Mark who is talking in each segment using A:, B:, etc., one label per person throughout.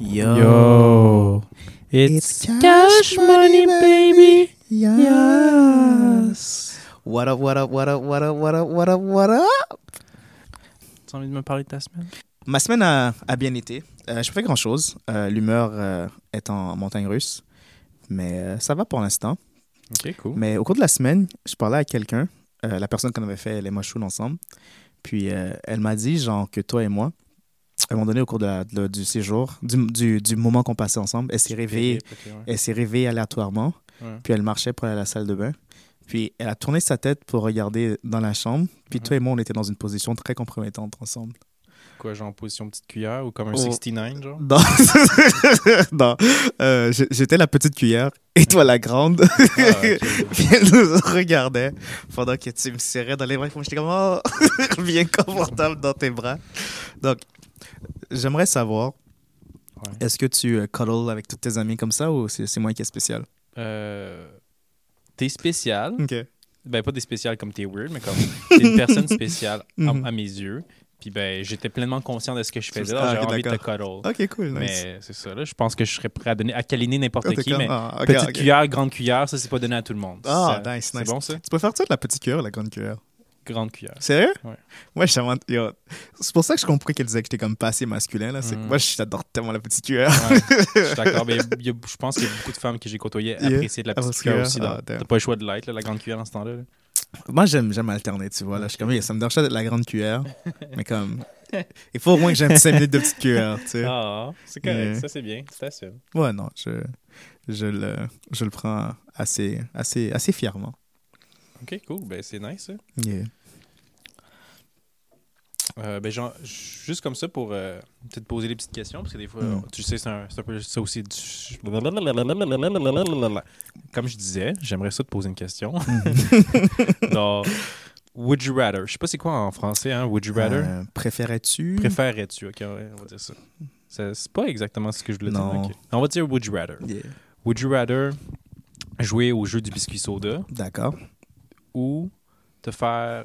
A: Yo.
B: Yo. It's, cash money, baby. Yes.
A: What up, what up, what up, what up, what up, what up, what up?
B: T'as envie de me parler de ta semaine?
A: Ma semaine a, a bien été. Euh, je fais grand chose. L'humeur euh, est en montagne russe. Mais euh, ça va pour l'instant.
B: Ok, cool.
A: Mais au cours de la semaine, je parlais à quelqu'un, euh, la personne qu'on avait fait les mushrooms ensemble. Puis euh, elle m'a dit, genre, que toi et moi, à un moment donné, au cours de la- de- du séjour, du, du- du moment qu'on passait ensemble, elle s'est réveillée, elle s'est réveillée aléatoirement.
B: Ouais.
A: Puis elle marchait pour aller à la salle de bain. Puis elle a tourné sa tête pour regarder dans la chambre. Puis toi et moi, on était dans une position très compromettante ensemble.
B: Quoi, genre en position petite cuillère ou comme un
A: Oh.
B: 69, genre?
A: Non, non. Euh, j- j'étais la petite cuillère et toi la grande.
B: Ah, ok.
A: Puis elle nous regardait pendant que tu me serrais dans les bras. Moi, j'étais comme, oh, bien confortable dans tes bras. Donc, j'aimerais savoir,
B: Ouais.
A: est-ce que tu euh, cuddles avec tous tes amis comme ça ou c'est c'est moi qui est spécial?
B: Euh, T'es spécial.
A: OK.
B: Ben, pas des spéciales comme t'es weird, mais comme t'es une personne spéciale à-
A: Mhm.
B: à, mes yeux. Puis ben, j'étais pleinement conscient de ce que je faisais.
A: Ah,
B: J'ai
A: ok,
B: envie de te cuddle.
A: OK, cool. Nice.
B: Mais c'est ça, là. Je pense que je serais prêt à donner à câliner n'importe
A: Ah, t'es
B: qui,
A: comme-
B: mais
A: ah, ok,
B: petite
A: ok.
B: cuillère, grande cuillère, ça, c'est pas donné à tout le monde.
A: Ah,
B: Ça-
A: nice,
B: C'est
A: nice.
B: bon, ça?
A: Tu préfères ça de la petite cuillère ou la grande cuillère?
B: Grande cuillère.
A: Sérieux?
B: Ouais.
A: Moi, je suis vraiment- yo, C'est pour ça que je compris qu'elle disait que j'étais comme pas assez masculin. Là. c'est que
B: Mm.
A: Moi, j'adore tellement la petite cuillère.
B: Ouais, je suis d'accord, mais il y a- je pense qu'il y a beaucoup de femmes que j'ai côtoyées
A: Yeah.
B: apprécier de la
A: Ah,
B: petite
A: parce que,
B: cuillère aussi.
A: ah,
B: dans-
A: damn.
B: T'as pas le choix de l'être, là, la grande cuillère en ce temps-là. là.
A: Moi, j'aime, j'aime alterner, tu vois. Là. Je suis comme, yeah, ça me dérange pas d'être la grande cuillère, mais comme, il faut au moins que j'aime 5 minutes de petite cuillère, tu sais.
B: Ah, c'est correct,
A: Yeah.
B: ça c'est bien, c'est assez.
A: Ouais, non, je, je, le, je le prends assez, assez, assez fièrement.
B: Ok, cool, ben c'est nice. ça.
A: Yeah.
B: Euh, ben, genre, juste comme ça pour euh, peut-être poser des petites questions, parce que des fois,
A: Mm.
B: tu sais, c'est un, c'est un peu ça aussi. du- Comme je disais, j'aimerais ça te poser une question.
A: Mm-hmm.
B: Donc, would you rather? Je sais pas c'est quoi en français, hein, would you rather?
A: Euh, préférais-tu
B: Préférerais-tu? Ok, ouais, on va dire ça. Ça, C'est pas exactement ce que je voulais
A: Non.
B: dire. ok. On va dire would you rather.
A: Yeah.
B: Would you rather jouer au jeu du biscuit soda
A: D'accord.
B: ou te faire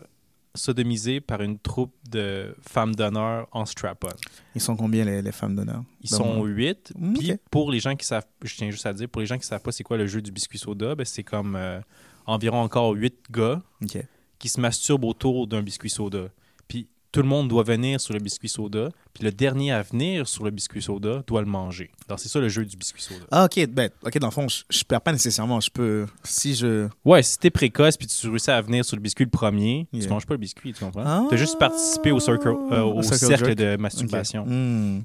B: sodomiser par une troupe de femmes d'honneur en strap-on?
A: Ils sont combien les, les femmes d'honneur
B: Ils
A: Dans
B: sont
A: mon-
B: huit.
A: Mm,
B: Puis
A: ok.
B: pour les gens qui savent, je tiens juste à dire, pour les gens qui savent pas c'est quoi le jeu du biscuit soda, ben c'est comme euh, environ encore huit gars
A: Ok.
B: qui se masturbent autour d'un biscuit soda. Puis tout le monde doit venir sur le biscuit soda, puis le dernier à venir sur le biscuit soda doit le manger. Alors c'est ça le jeu du biscuit soda.
A: Ah, ok, ben, ok, dans le fond, je, je perds pas nécessairement. Je peux. Si je.
B: Ouais, si t'es précoce puis tu réussis à venir sur le biscuit le premier,
A: Yeah.
B: tu manges pas le biscuit, tu comprends?
A: Ah.
B: T'as juste participé au, circle- euh, au
A: Au circle
B: cercle
A: jerk.
B: de
A: Ok.
B: masturbation.
A: Hmm.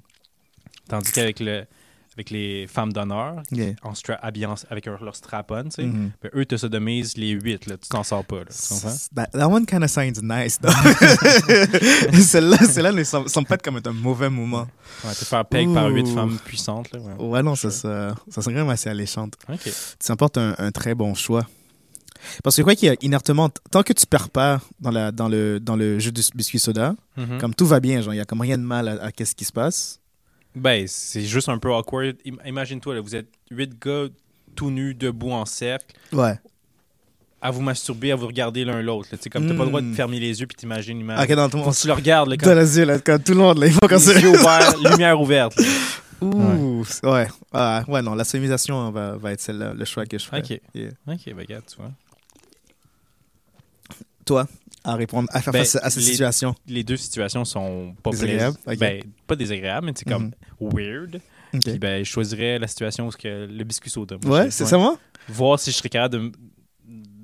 B: Tandis qu'avec le, avec les femmes d'honneur,
A: Yeah.
B: en stra- habillées en- avec leur, leur strap-on, tu sais,
A: Mhm.
B: ben, eux te sodomisent les huit, là, tu t'en sors pas, là, tu comprends?
A: That, that one kind of sounds nice, though. celle-là, celle-là ne semble, semble pas être comme être un mauvais moment.
B: Ouais, te faire peg par huit
A: Ouh.
B: femmes puissantes, là, ouais.
A: Ouais, non, ça, ça, ça serait quand même assez alléchante.
B: Ok.
A: Ça apporte un, un très bon choix. Parce que quoi qu'il y a inertement, t- tant que tu perds pas dans, la, dans, le, dans le jeu du biscuit soda,
B: Mhm.
A: comme tout va bien, genre, il y a comme rien de mal à, à qu'est-ce qui se passe.
B: Ben, c'est juste un peu awkward. Im- Imagine-toi, là, vous êtes huit gars tout nus, debout en cercle,
A: Ouais.
B: à vous masturber, à vous regarder l'un l'autre. là. Tu sais, comme t'as pas le droit de
A: Mm.
B: fermer les yeux puis t'imagines l'image.
A: Ok, dans le
B: Faut que tu le regardes, là,
A: Dans
B: quand
A: les yeux, là, quand tout le monde, là, il faut qu'on
B: les
A: se.
B: yeux ouverts, lumière ouverte. là.
A: Ouh, c'est- ouais. Ah, ouais, non, la sodomisation va, va être celle-là, le choix que je ferais.
B: Ok.
A: Yeah.
B: Ok, ben, regarde, tu vois.
A: Toi, à répondre, à faire
B: Ben,
A: face à cette
B: les-
A: situation.
B: Les deux situations sont pas
A: Désagréables,
B: plais-
A: ok. Mm-hmm.
B: Ben, pas désagréables, mais c'est comme weird.
A: Ok.
B: Puis, ben, je choisirais la situation où ce que le biscuit soda. moi,
A: Ouais,
B: je-
A: c'est ça, moi?
B: Voir si je serais capable de, m-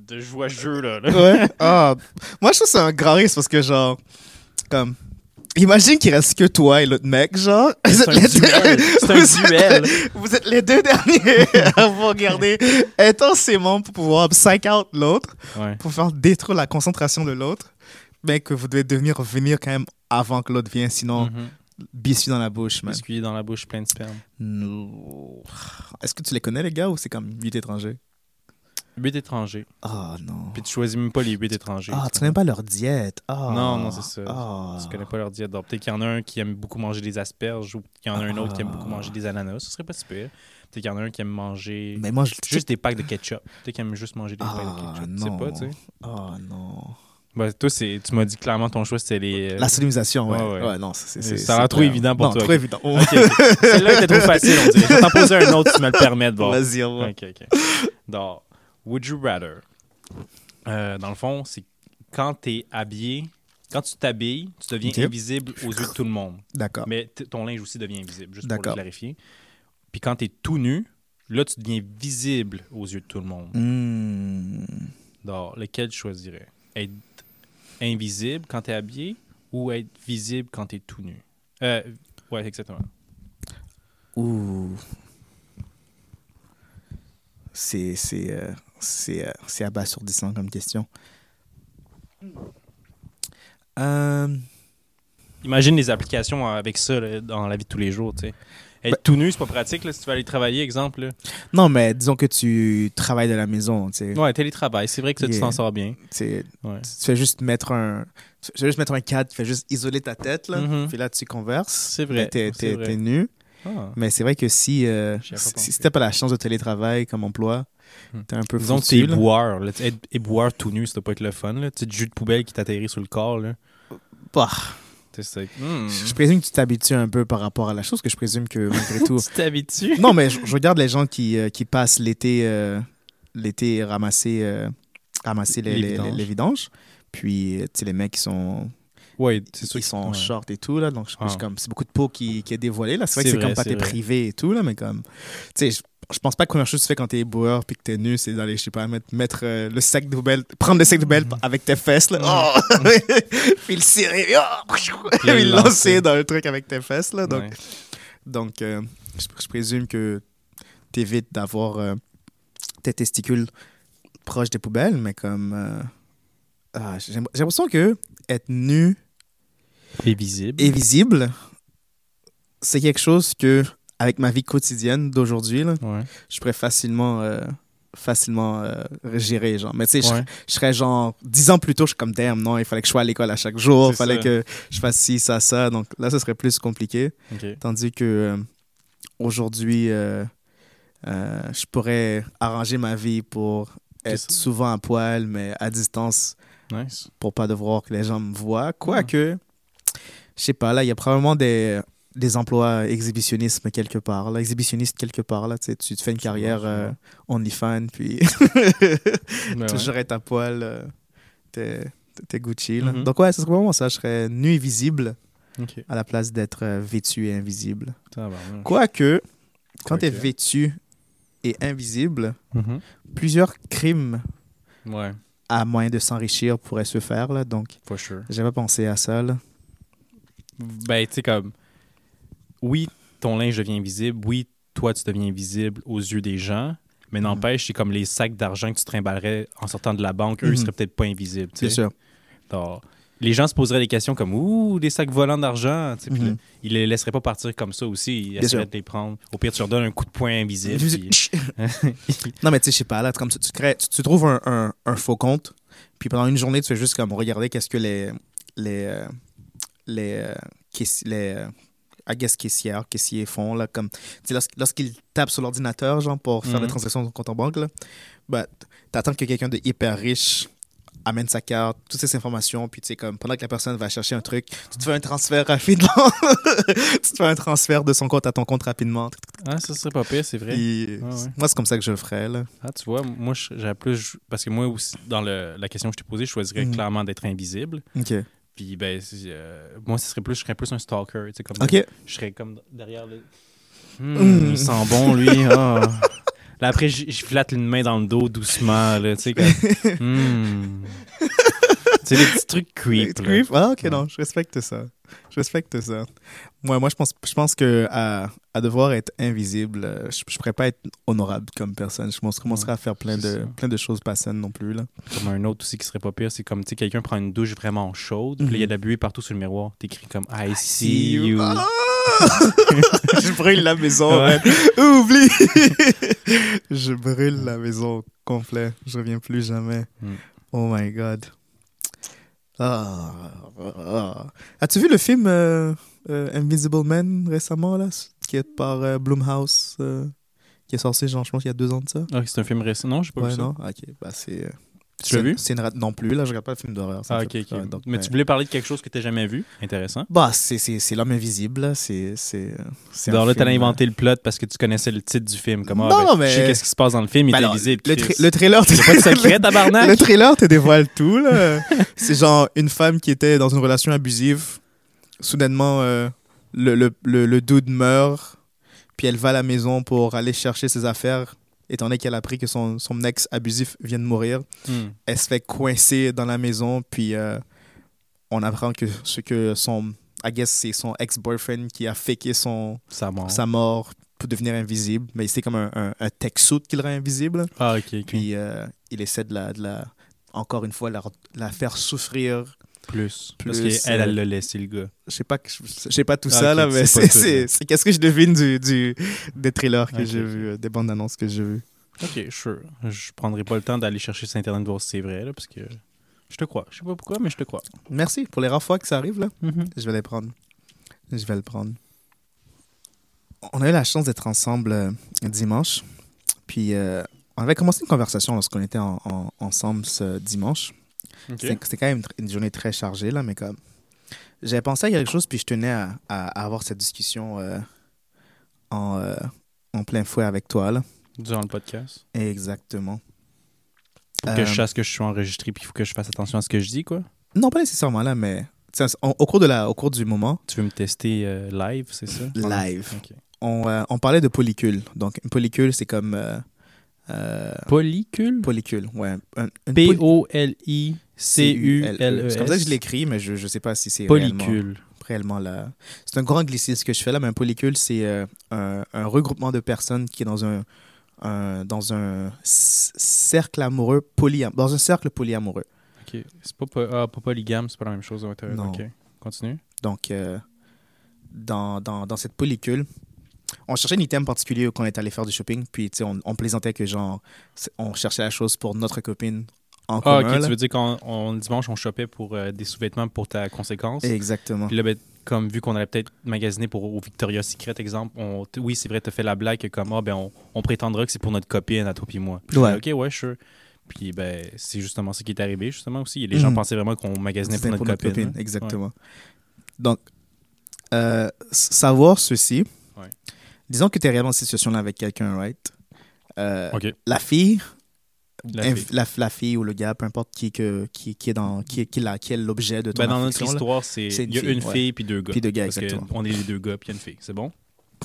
B: de jouer à ce jeu, là. là.
A: Ouais. Ah. Moi, je trouve que c'est un grand risque parce que, genre, comme. Imagine qu'il reste que toi et l'autre mec, genre. Vous
B: C'est
A: êtes
B: un
A: les
B: duel.
A: deux-
B: C'est
A: vous
B: un
A: êtes-
B: duel.
A: Vous êtes les deux derniers à vous regarder intensément pour pouvoir psych out l'autre,
B: Ouais.
A: pour faire détruire la concentration de l'autre, mais que vous devez devenir venir quand même avant que l'autre vienne, sinon,
B: Mhm.
A: biscuit dans la bouche, man.
B: Biscuit dans la bouche, plein de sperme.
A: No. Est-ce que tu les connais, les gars, ou c'est comme 8 étrangers?
B: Huit étrangers.
A: Oh non.
B: Puis tu choisis même pas les huit étrangers.
A: Ah, tu connais pas leur diète. Ah.
B: Non, non, c'est ça.
A: Ah.
B: Tu connais pas leur diète. Donc, Peut-être qu'il y en a un qui aime beaucoup manger des asperges ou peut-être qu'il y en a un autre qui aime beaucoup manger des ananas. Ce serait pas super. Peut-être qu'il y en a un qui aime manger
A: Mais moi, je
B: juste des packs de ketchup. Peut-être qu'il aime juste manger des packs de
A: Ah,
B: ketchup. Tu sais
A: non.
B: pas, tu sais.
A: Oh non.
B: Ben, toi, c'est- tu m'as dit clairement ton choix, c'était les. euh,
A: La sodomisation, ouais.
B: Ouais, ouais.
A: Ouais, non, c'est- c'est-
B: Ça a
A: c'est
B: l'air trop
A: clair.
B: évident pour
A: Non,
B: toi.
A: trop évident. Oh,
B: Ok, ok. euh, Celle-là était trop facile, on dirait. Je vais t'en poser un autre, tu me le permets de voir.
A: Vas-y, on va.
B: Ok, ok. Donc, would you rather? Euh, dans le fond, c'est quand t'es habillé, quand tu t'habilles, tu deviens
A: Ok.
B: invisible aux yeux de tout le monde.
A: D'accord.
B: Mais t- ton linge aussi devient invisible, juste pour le
A: D'accord.
B: clarifier. Puis quand t'es tout nu, là, tu deviens visible aux yeux de tout le monde.
A: Mm. Hmm.
B: Donc, lequel tu choisirais? Être invisible quand t'es habillé ou être visible quand t'es tout nu? Euh, ouais, exactement.
A: Ouh. C'est c'est euh, c'est euh, c'est abasourdissant comme question. Euh,
B: Imagine les applications euh, avec ça là, dans la vie de tous les jours, tu sais. Être
A: Ben-
B: tout nu, c'est pas pratique là, si tu vas aller travailler, exemple. là.
A: non, mais disons que tu travailles de la maison, tu sais.
B: Ouais, télétravail, c'est vrai que ça, tu
A: Yeah.
B: t'en sors bien.
A: Tu sais,
B: Ouais.
A: tu fais juste mettre un tu fais juste mettre un cadre, tu fais juste isoler ta tête là,
B: Mhm.
A: puis là tu converses.
B: C'est vrai,
A: Ben, T'es
B: c'est
A: t'es-
B: vrai.
A: t'es nu,
B: Ah.
A: mais c'est vrai que si euh,
B: J'y avais pas pensé.
A: si si t'as pas la chance de télétravail comme emploi,
B: Hmm.
A: t'es un peu
B: Disons que t'es
A: foutu. là.
B: éboueur. là. Être éboueur tout nu, ça doit pas être le fun. Là. Petit jus de poubelle qui t'atterrit sur le corps. Là.
A: Bah,
B: Tu sais, c'est- Hmm.
A: Je présume que tu t'habitues un peu par rapport à la chose, que je présume que malgré tout
B: Tu t'habitues.
A: Non, mais je, je regarde les gens qui, euh, qui passent l'été euh, l'été ramasser, euh, ramasser les,
B: Les
A: les-
B: vidanges.
A: les vidanges. Puis, euh, tu sais, les mecs, qui sont,
B: Ouais, c'est sûr
A: ils
B: que-
A: sont en
B: ouais.
A: short et tout, là. Donc, je- je suis
B: Ah.
A: comme, c'est beaucoup de peau qui, qui est dévoilée, là. C'est vrai que c'est
B: C'est vrai,
A: comme pas
B: c'est
A: t'es
B: vrai.
A: privé et tout, là, mais comme, tu sais, je, je pense pas que la première chose que tu fais quand t'es boueur puis que t'es nu, c'est d'aller, je sais pas, mettre, mettre, euh, le sac de poubelle, prendre le sac de poubelle
B: Mm.
A: avec tes fesses, là. Oh! puis le serrer, oh!
B: Puis le
A: puis le
B: lancer.
A: lancer dans le truc avec tes fesses, là. Donc,
B: Ouais.
A: donc, euh, je, je présume que tu évites d'avoir euh, tes testicules proches des poubelles, mais comme. euh, ah, j'ai j'ai l'impression que être nu
B: Et visible.
A: et visible, c'est quelque chose que, avec ma vie quotidienne d'aujourd'hui, là,
B: Ouais.
A: je pourrais facilement. euh, facilement euh, gérer genre mais tu sais je-
B: Ouais.
A: je, serais genre dix ans plus tôt je suis comme damn non il fallait que je sois à l'école à chaque jour il
B: C'est
A: fallait
B: ça.
A: que je fasse ci ça ça donc là ce serait plus compliqué
B: Ok.
A: Tandis que euh, aujourd'hui, euh, euh, je pourrais arranger ma vie pour
B: C'est
A: être
B: ça.
A: souvent à poil, mais à distance
B: Nice.
A: pour pas devoir que les gens me voient.
B: Mhm.
A: Quoique, je sais pas, là, il y a probablement des, des emplois exhibitionnisme quelque part. Là, exhibitionniste quelque part, là, tu sais, tu te fais une carrière
B: je vois.
A: euh, OnlyFans, puis
B: Ouais, ouais.
A: toujours être à poil, euh, t'es t'es Gucci. là.
B: Mhm.
A: Donc, ouais, ce serait vraiment ça. Je serais nu et visible
B: Ok.
A: à la place d'être euh, vêtu et invisible.
B: Tabarnak.
A: Quoique, quand tu es
B: Quoique.
A: vêtu et invisible,
B: Mhm.
A: plusieurs crimes
B: Ouais,
A: à moyen de s'enrichir pourraient se faire. Là, donc,
B: for sure.
A: j'avais pensé à ça. là.
B: Ben, tu sais, comme. Oui, ton linge devient invisible. Oui, toi, tu deviens invisible aux yeux des gens. Mais
A: Mhm.
B: n'empêche, c'est comme les sacs d'argent que tu trimballerais en sortant de la banque. Eux, ils
A: Mhm.
B: seraient peut-être pas invisibles. tu
A: C'est
B: sais.
A: sûr.
B: Donc, les gens se poseraient des questions comme Ouh, des sacs volants d'argent. tu sais, puis
A: Mhm.
B: là, Ils les laisseraient pas partir comme ça aussi. Ils
A: Bien
B: essaieraient
A: sûr.
B: de les prendre. Au pire, tu leur donnes un coup de poing invisible. puis-
A: non, mais tu sais, je sais pas. Là, comme tu, tu crées, tu, tu trouves un, un- un faux compte, puis pendant une journée, tu fais juste comme regarder qu'est-ce que les. les. euh, les. euh, caiss- les euh, I guess caissières, caissiers font, là, comme, tu sais, lors- lorsqu'ils tapent sur l'ordinateur, genre, pour faire
B: Mhm.
A: des transactions de compte en banque, là, bah, t'attends que quelqu'un de hyper riche amène sa carte, toutes ces informations, puis tu sais, comme, pendant que la personne va chercher un truc, tu te fais un transfert rapidement, tu te fais un transfert de son compte à ton compte rapidement,
B: Ah, ça serait pas pire, c'est vrai.
A: puis,
B: Ouais, ouais.
A: moi, c'est comme ça que je le ferais, là.
B: Ah, tu vois, moi, je- j'aurais plus. Parce que moi aussi, dans le- la question que je t'ai posée, je choisirais
A: Mhm.
B: clairement d'être invisible.
A: OK.
B: Puis, ben, c'est, euh, moi, ce serait plus, je serais plus un stalker. Tu sais, comme
A: OK.
B: Je serais comme derrière le.
A: Hmm,
B: Il sent bon, lui. ah. Là, après, je je flatte une main dans le dos doucement. Là, tu sais, comme. Hmm. Tu sais, des petits trucs creep. là.
A: Creep. Ah, ok,
B: Ouais.
A: non, je respecte ça. Je respecte ça. Moi, moi je, pense, je pense que à, à devoir être invisible, euh, je ne pourrais pas être honorable comme personne. Je pense- je commencerai à faire plein
B: c'est
A: de,
B: ça.
A: plein de choses pas saines non plus. Là.
B: Comme un autre aussi qui serait pas pire, c'est comme, tu sais, quelqu'un prend une douche vraiment chaude, puis là, il y a de la buée partout sur le miroir. T'écris comme Mm-hmm. I, see you.
A: Ah! je brûle la maison.
B: Ouais.
A: man. Oublie. je brûle la maison au complet. Je reviens plus jamais.
B: Mm.
A: Oh my God. Ah, ah. As-tu vu le film euh, euh, Invisible Man récemment, là, qui est par euh, Blumhouse, euh, qui est sorti, genre, je pense, il y a deux ans de ça?
B: Ah, c'est un film récent. Non, j'ai pas
A: ouais,
B: vu ça.
A: non? Ah, Ok, bah c'est... euh,
B: Tu l'as
A: C'est-
B: vu?
A: C'est une rate non plus. Là, je regarde pas le film d'horreur. ça
B: Ah,
A: me
B: ok,
A: fait
B: ok.
A: peur, donc,
B: mais
A: euh,
B: tu voulais parler de quelque chose que tu jamais vu. Intéressant.
A: Bah, c'est- c'est c'est l'homme invisible. là. C'est. c'est euh, bah, c'est un
B: Alors là, t'as
A: film, hein.
B: inventé le plot parce que tu connaissais le titre du film. Comment,
A: Non,
B: ben,
A: non, mais-
B: Je sais qu'est-ce qui se passe dans le film, il
A: Ben
B: est
A: alors,
B: invisible.
A: le,
B: Chris.
A: tra- le trailer,
B: Y a pas de secret, tabarnak?
A: le trailer te dévoile tout. là. C'est genre une femme qui était dans une relation abusive. Soudainement, euh, le, le, le, le dude meurt. Puis elle va à la maison pour aller chercher ses affaires. Étant donné qu'elle a appris que son, son ex abusif vient de mourir,
B: Hmm.
A: elle se fait coincer dans la maison. Puis euh, on apprend que ce que son. I guess c'est son ex-boyfriend qui a faké son,
B: Ça mort.
A: sa mort pour devenir invisible. Mais c'est comme un, un, un tech suit qui le rend invisible.
B: Ah, ok, ok.
A: Puis euh, il essaie de la, de la- encore une fois, la, la faire souffrir.
B: plus. Parce
A: Plus,
B: qu'elle, elle
A: euh,
B: l'a laissé, le gars.
A: Je sais pas, que- je sais pas tout
B: Ah,
A: ça,
B: ok,
A: là,
B: tu
A: mais
B: sais pas
A: c'est
B: tout, là.
A: c'est- c'est qu'est-ce que je devine du, du, des trailers que
B: Ok,
A: j'ai
B: ok.
A: vus, euh, des bandes annonces que j'ai vues.
B: Ok, sure. Je prendrai pas le temps d'aller chercher sur Internet voir si c'est vrai, là, parce que je te crois. Je sais pas pourquoi, mais je te crois.
A: Merci pour les rares fois que ça arrive, là. Je vais les prendre. Je vais le prendre. On a eu la chance d'être ensemble euh, dimanche. Puis euh, on avait commencé une conversation lorsqu'on était en- en- ensemble ce dimanche.
B: Ok.
A: C'est- C'était quand même tr- une journée très chargée, là, mais comme. J'avais pensé à quelque chose, puis je tenais à, à- à avoir cette discussion euh, en, euh, en plein fouet avec toi, là.
B: Durant le podcast.
A: Exactement.
B: Pour que
A: Euh,
B: je sache que je suis enregistré, puis il faut que je fasse attention à ce que je dis, quoi.
A: Non, pas nécessairement là, mais tu sais, on- au, cours de la, au cours du moment,
B: Tu veux me tester euh, live, c'est ça?
A: Live.
B: Ok.
A: on, euh, on parlait de pellicule. Donc, une pellicule, c'est comme. euh, euh,
B: Polycule?
A: pellicule, ouais. Un- une poly-
B: P-O-L-I-C-U-L-E-S.
A: C'est comme ça que je l'écris, mais je ne sais pas si c'est. réellement-
B: Polycule.
A: réellement la... C'est un grand anglicisme que je fais là, mais un polycule, c'est euh, un, un regroupement de personnes qui est dans un, un- dans un c- cercle amoureux polyam... dans un cercle polyamoureux.
B: Ok. C'est pas, po- ah, pas polygame, c'est pas la même chose. ouais, t'as-
A: Non.
B: Ok. Continue.
A: Donc, euh, dans, dans, dans cette polycule, on cherchait un item particulier qu'on est allé faire du shopping, puis tu sais, on, on plaisantait que genre, c'est- on cherchait la chose pour notre copine en
B: Ah,
A: commun,
B: ok.
A: là.
B: Tu veux dire qu'on on- le dimanche, on chopait pour euh, des sous-vêtements pour ta conséquence?
A: Exactement.
B: Puis là, ben, comme vu qu'on allait peut-être magasiner pour au Victoria's Secret, exemple, on, t- oui, c'est vrai, t'as fait la blague que comme, ah, ben, on, on prétendra que c'est pour notre copine à toi puis moi. Puis je
A: Ouais.
B: fais, ok, ouais, sure. Puis ben, c'est justement ce qui est arrivé, justement aussi. Les gens
A: Mhm.
B: pensaient vraiment qu'on magasinait pour
A: C'était
B: notre, copine. hein.
A: Exactement. Donc, euh, s- savoir ceci,
B: Ouais.
A: disons que tu es réellement en situation-là avec quelqu'un, right? Euh,
B: Ok.
A: La fille,
B: La
A: inv-
B: fille. Mm.
A: la, la fille ou le gars, peu importe qui, que, qui, qui est dans, qui, qui, est la- qui est l'objet de ton
B: Ben, dans notre
A: affection, là.
B: histoire, c'est
A: c'est une
B: il y a
A: fille,
B: une
A: ouais.
B: fille puis deux gars.
A: Puis deux gars,
B: Parce que
A: exactement.
B: on est les deux gars puis il y a une fille. C'est bon?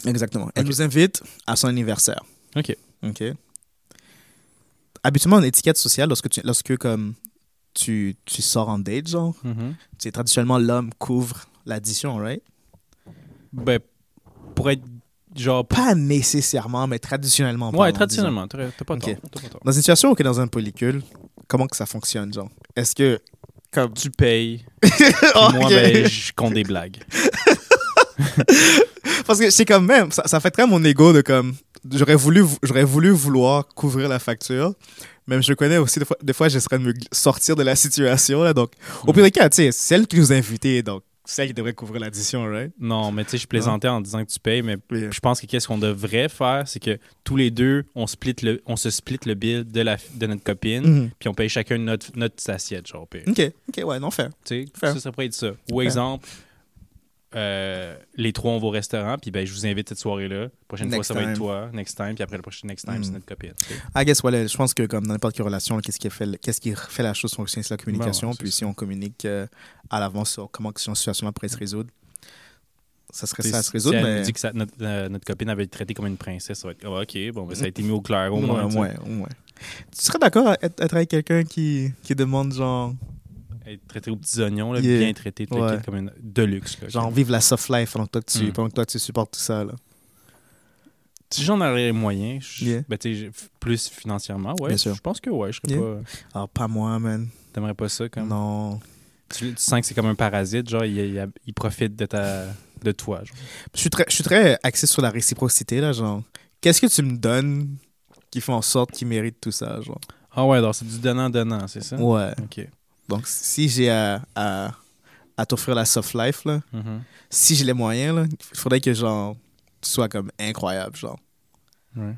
A: Exactement. Elle
B: Ok.
A: nous invite à son anniversaire.
B: Ok.
A: OK. Habituellement, en étiquette sociale, lorsque tu, lorsque, comme, tu, tu sors en date, genre,
B: Mhm.
A: c'est traditionnellement l'homme couvre l'addition, right?
B: Ben, pour être genre.
A: Pas nécessairement, mais traditionnellement.
B: Ouais,
A: parlant,
B: traditionnellement, t'as t'as pas,
A: Ok.
B: tort, t'as pas tort.
A: disons. Dans une situation où on est dans un polycule, comment que ça fonctionne, genre Est-ce que. Comme.
B: Tu payes, puis
A: Oh,
B: moi,
A: ok.
B: ben, je compte des blagues.
A: Parce que c'est quand même. Ça, ça fait très mon ego de comme. J'aurais voulu, vou- j'aurais voulu vouloir couvrir la facture. Même je connais aussi, des fois, des fois j'essaierais de me gl- sortir de la situation, là. Donc, au
B: Mm.
A: pire des cas, tu sais, celle qui nous a invités, donc, celle qui devrait couvrir l'addition, right
B: Non, mais tu sais, je plaisantais en disant que tu payes, mais
A: Oui.
B: je pense que qu'est-ce qu'on devrait faire, c'est que tous les deux, on, split le, on se split le bill de, la, de notre copine,
A: Mhm.
B: puis on paye chacun notre, notre assiette, genre. Puis, tu
A: Ok, ok, ouais, non, fait.
B: sais,
A: Fair.
B: ça, ça pourrait être ça. Ou exemple, euh, les trois, on va au restaurant, puis ben, je vous invite cette soirée-là. Prochaine
A: Next
B: fois, ça va être
A: time.
B: toi, next time, Hmm. puis après le prochain next time,
A: Mhm.
B: c'est notre copine. tu sais.
A: I guess, ouais, je pense que comme dans n'importe quelle relation, qu'est-ce qui fait, qu'est-ce qui fait la chose fonctionner, c'est la communication.
B: Ben ouais, c'est
A: puis si on communique euh, à l'avance sur comment que cette situation pourrait se résoudre, ça serait ça à se
B: Si- si
A: résoudre.
B: elle
A: mais...
B: nous dit que ça- notre, euh, notre copine avait été traitée comme une princesse, ça va être Ah, OK, bon, ben, ça a été mis au clair au
A: Ouais,
B: moins. tu sais.
A: ouais, ouais. Tu serais d'accord à être, être avec quelqu'un qui, qui demande genre,
B: Être traitée aux petits oignons, là,
A: Yeah.
B: bien traitée, traitée
A: Ouais.
B: comme une de luxe. là,
A: genre vive la soft life pendant que toi tu,
B: Mm.
A: pendant que toi, tu supportes tout ça là.
B: Si j'en aurais les moyens, je-
A: Yeah.
B: ben, tu sais, je- plus financièrement, ouais.
A: Bien sûr.
B: Je pense que ouais, je serais pas.
A: Ah pas moi man.
B: T'aimerais pas ça comme.
A: Non.
B: Tu, tu sens que c'est comme un parasite, genre il, il- il profite de ta de toi. genre.
A: Je suis très je suis très axé sur la réciprocité là genre. Qu'est-ce que tu me donnes qui fait en sorte qu'il mérite tout ça genre.
B: Ah ouais, alors c'est du donnant donnant, c'est ça.
A: Ouais.
B: Ok.
A: Donc, si j'ai à, à, à t'offrir la soft life, là,
B: Mhm.
A: si j'ai les moyens, là, il faudrait que genre, tu sois comme incroyable. Genre.
B: Ouais.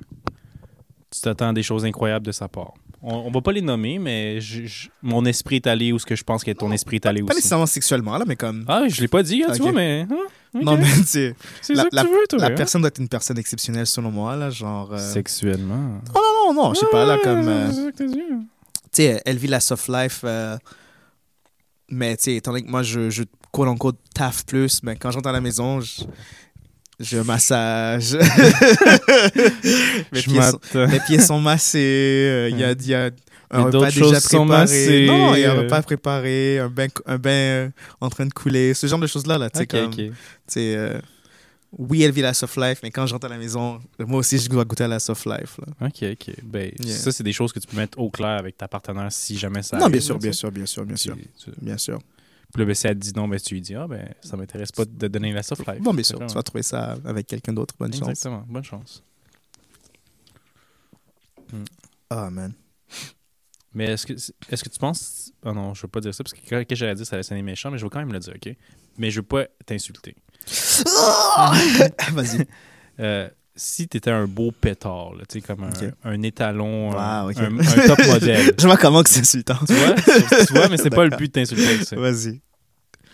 B: Tu t'attends à des choses incroyables de sa part. On, on va pas les nommer, mais je- je- mon esprit est allé où ce que je pense que ton esprit est allé
A: Pas
B: aussi.
A: nécessairement sexuellement, là, mais comme.
B: Ah, je l'ai pas dit, hein,
A: Ok.
B: tu vois, mais. hein, ok.
A: Non, mais tu sais,
B: c'est
A: la-
B: ça que tu veux, toi.
A: la
B: hein?
A: personne doit être une personne exceptionnelle selon moi, là, genre. euh,
B: Sexuellement.
A: Non, non, non, je sais pas, là, comme. euh,
B: C'est ça que t'as dit.
A: tu sais, elle vit la soft life. euh, mais tu sais, étant donné que moi, je, je quote unquote, taf plus, mais quand j'entre à la maison, je, je massage. mes,
B: Je
A: pieds sont,
B: m'attends.
A: mes pieds sont massés. euh, Il y a, il y a un
B: Et d'autres
A: repas déjà
B: choses sont
A: préparé.
B: massées,
A: Non, non, il y a un
B: euh.
A: repas préparé, un bain, un bain euh, en train de couler, ce genre de choses-là. Là, tu sais,
B: Ok,
A: comme,
B: ok.
A: tu sais, euh, oui, elle vit la soft life, mais quand j'entre à la maison, moi aussi, je dois goûter à la soft life. là.
B: Ok, ok. Ben,
A: Yeah.
B: ça, c'est des choses que tu peux mettre au clair avec ta partenaire si jamais ça.
A: Non,
B: arrive,
A: bien
B: là,
A: sûr,
B: tu
A: bien
B: sais.
A: sûr, bien sûr, bien sûr.
B: Tu- tu-
A: Bien sûr.
B: Puis là, ben, si elle te dit non, ben, tu lui dis, ah, ben, ça m'intéresse pas de donner la soft life.
A: Bon, bien sûr,
B: Vraiment.
A: tu vas trouver ça avec quelqu'un d'autre. Bonne chance.
B: Exactement. Bonne chance.
A: Ah, man.
B: Mais est-ce que, est-ce que tu penses. Ah non, je veux pas dire ça parce que quand que j'allais dire ça allait sonner méchant, mais je vais quand même le dire, ok? Mais je veux pas t'insulter.
A: Vas-y.
B: Euh, si t'étais un beau pétard, là, tu sais, comme un,
A: Ok.
B: un étalon, un,
A: Wow, ok.
B: un- un top modèle.
A: Je vois comment que c'est insultant.
B: Tu vois, tu vois, mais c'est pas le but de t'insulter avec ça.
A: Vas-y.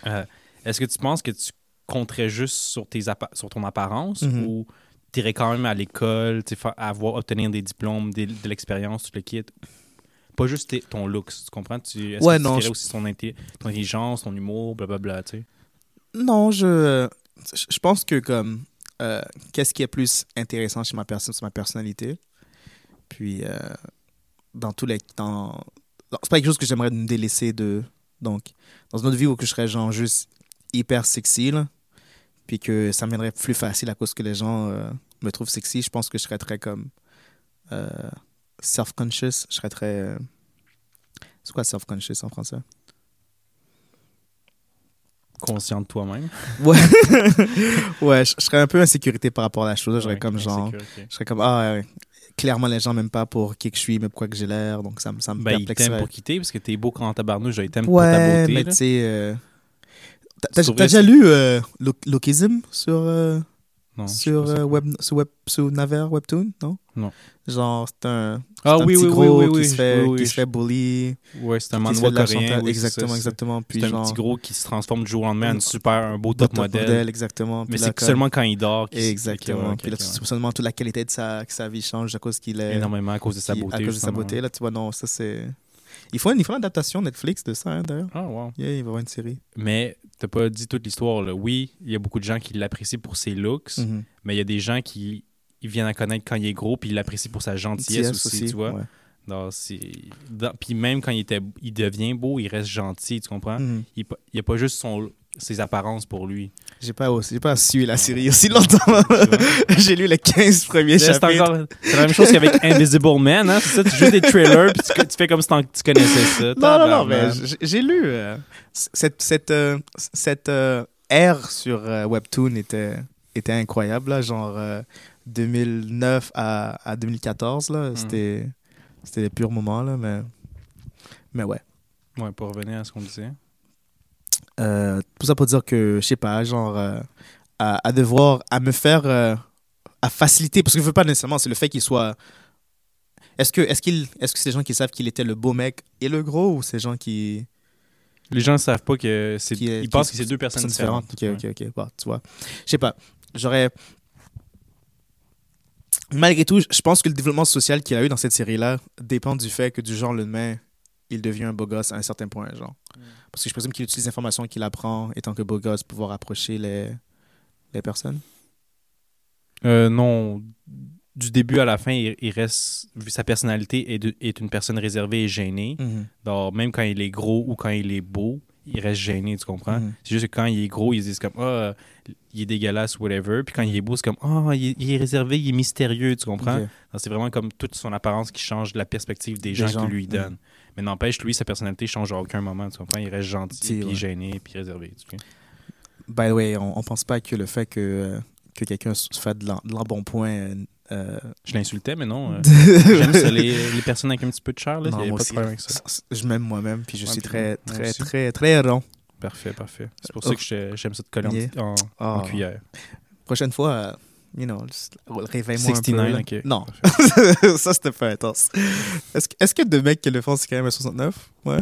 B: Euh, Est-ce que tu penses que tu compterais juste sur, tes appa- sur ton apparence
A: Mhm.
B: ou tu irais quand même à l'école, tu sais, fa- avoir obtenir des diplômes, des- de l'expérience, tu le quittes? Pas juste tes- ton look, tu comprends? Tu, est-ce
A: Ouais,
B: que tu
A: non,
B: irais
A: je-
B: aussi ton, inté- ton intelligence, ton humour, blablabla, tu sais?
A: Non, je, je je pense que comme euh, qu'est-ce qui est plus intéressant chez ma personne, c'est ma personnalité. Puis euh, dans tous les dans non, c'est pas quelque chose que j'aimerais me délaisser de donc dans une autre vie où que je serais genre juste hyper sexy là, puis que ça me viendrait plus facile à cause que les gens euh, me trouvent sexy, je pense que je serais très comme euh, self-conscious, je serais très euh, c'est quoi self-conscious en français
B: Conscient de toi-même.
A: Ouais. ouais, je, je serais un peu insécurité par rapport à la chose. Je serais
B: Ouais,
A: comme genre.
B: insécure, ok.
A: Je serais comme, ah, ouais, clairement, les gens m'aiment pas pour qui que je suis, mais pourquoi que j'ai l'air. Donc, ça, me- ça me
B: Ben, il t'aime
A: perplexerait.
B: pour quitter parce que t'es beau quand tabarnouche, il t'aime pour ta
A: Ouais,
B: beauté.
A: mais
B: là.
A: tu sais. euh, t'as- T'as
B: Tu
A: t'as déjà lu euh, Lo- Lookism sur, euh,
B: Non, je sais
A: sur,
B: pas ça.
A: euh, web, sur, web, sur Naver, Webtoon, non?
B: Non.
A: Genre, c'est un,
B: Ah
A: c'est un
B: oui,
A: petit
B: oui,
A: gros
B: oui, oui, oui.
A: qui se fait,
B: oui, oui,
A: qui se
B: je-
A: fait bully,
B: Ouais, c'est un
A: qui se fait
B: mandois
A: de la
B: coréen.
A: chantage.
B: oui, c'est ça,
A: exactement,
B: c'est-
A: exactement. Puis
B: C'est un
A: genre,
B: petit gros qui se transforme du jour au lendemain en
A: Un-
B: une super, un beau
A: de
B: top, modèle.
A: exactement.
B: Mais
A: Puis là,
B: c'est que
A: comme-
B: seulement quand il dort qu'il
A: Exactement.
B: ok, ok,
A: puis là,
B: ok,
A: tu
B: ouais.
A: soupçonnes seulement toute la qualité de sa, que sa vie change à cause qu'il est.
B: Énormément à cause de sa
A: qu'il-
B: beauté.
A: à cause de sa
B: justement,
A: beauté.
B: ouais.
A: Là, tu vois, non, ça c'est. Ils font une, ils font une adaptation Netflix de ça, hein, d'ailleurs.
B: Ah, wow.
A: Yeah, il va y avoir une série.
B: Mais t'as pas dit toute l'histoire. là. Oui, il y a beaucoup de gens qui l'apprécient pour ses looks,
A: Mm. Mm-hmm.
B: mais il y a des gens qui ils viennent à connaître quand il est gros, puis ils l'apprécient pour sa gentillesse
A: TS
B: aussi, tu vois.
A: ouais.
B: Non, c'est- dans- Puis même quand il, était... il devient beau, il reste gentil, tu comprends?
A: Mhm.
B: Il n'y a pas juste son... ses apparences pour lui.
A: J'ai pas, aussi- j'ai pas su la série aussi
B: Non.
A: longtemps.
B: Tu vois?
A: J'ai lu les 15 premiers
B: C'est
A: chapitres.
B: encore c'est la même chose qu'avec Invisible Man, hein? C'est ça, tu joues des trailers puis tu, tu fais comme si t'en- tu connaissais ça.
A: Non, non, non, mais
B: Tabarnak.
A: j- j'ai lu. euh, c- cette cette, euh, c- cette euh, ère sur euh, Webtoon était, était incroyable, là, genre euh, 2009 à, à 2014. là,
B: Mm.
A: C'était c'était les purs moments, là, mais, mais ouais.
B: Ouais, pour revenir à ce qu'on disait.
A: Euh, tout ça pour dire que, je sais pas, genre, euh, à, à devoir, à me faire, euh, à faciliter, parce que je veux pas nécessairement, c'est le fait qu'il soit. Est-ce que est-ce qu'il est-ce que c'est des gens qui savent qu'il était le beau mec et le gros ou c'est des gens qui
B: Les gens ne savent pas que c'est.
A: Qui est-
B: ils pensent
A: qui-
B: que c'est deux personnes
A: personnes
B: différentes.
A: différentes. Ok, ok, ok. Bon, tu vois. Je sais pas. J'aurais. Malgré tout, je pense que le développement social qu'il a eu dans cette série-là dépend du fait que, du genre, le main, il devient un beau gosse à un certain point, genre.
B: Mm.
A: Parce que je présume qu'il utilise l'information qu'il apprend, étant que beau gosse, pour pouvoir approcher les, les personnes.
B: Ouais. Euh, non, du début à la fin, il, il reste. vu Sa personnalité est, de- est une personne réservée et gênée. Donc, même quand il est gros ou quand il est beau, il reste gêné, tu comprends?
A: Mhm.
B: C'est juste que quand il est gros, ils disent comme Ah, euh, il est dégueulasse, whatever. Puis quand il est beau, c'est comme Ah, il, est- il est réservé, il est mystérieux, tu comprends?
A: Ok.
B: Donc, C'est vraiment comme toute son apparence qui change la perspective des,
A: Des
B: gens,
A: gens,
B: qui lui
A: mhm.
B: donnent. Mais n'empêche, lui, sa personnalité change à aucun moment, tu comprends? Il reste gentil,
A: Si,
B: puis
A: ouais.
B: gêné, puis réservé. tu comprends?
A: By the way, on, on pense pas que le fait que, euh, que quelqu'un se fasse de l'en- de l'embonpoint. euh, euh,
B: Je l'insultais, mais non. euh, J'aime ça,
A: de-
B: les, les personnes avec un petit peu de chair, là,
A: Non,
B: il y a
A: moi
B: pas
A: aussi.
B: de problème avec ça.
A: Je m'aime moi-même, puis je
B: Ouais,
A: suis
B: puis
A: très,
B: moi
A: très,
B: aussi.
A: très, très rond.
B: Parfait, parfait. C'est pour
A: Oh.
B: ça que je- j'aime ça te coller en
A: Yeah.
B: petit- en, en,
A: Ah.
B: cuillère.
A: Prochaine fois, euh, you know, juste, réveille-moi un peu. là.
B: 69, ok.
A: Non. ça, c'était pas intense. Est-ce que, est-ce que deux mecs qui le font, c'est quand même un 69? Ouais.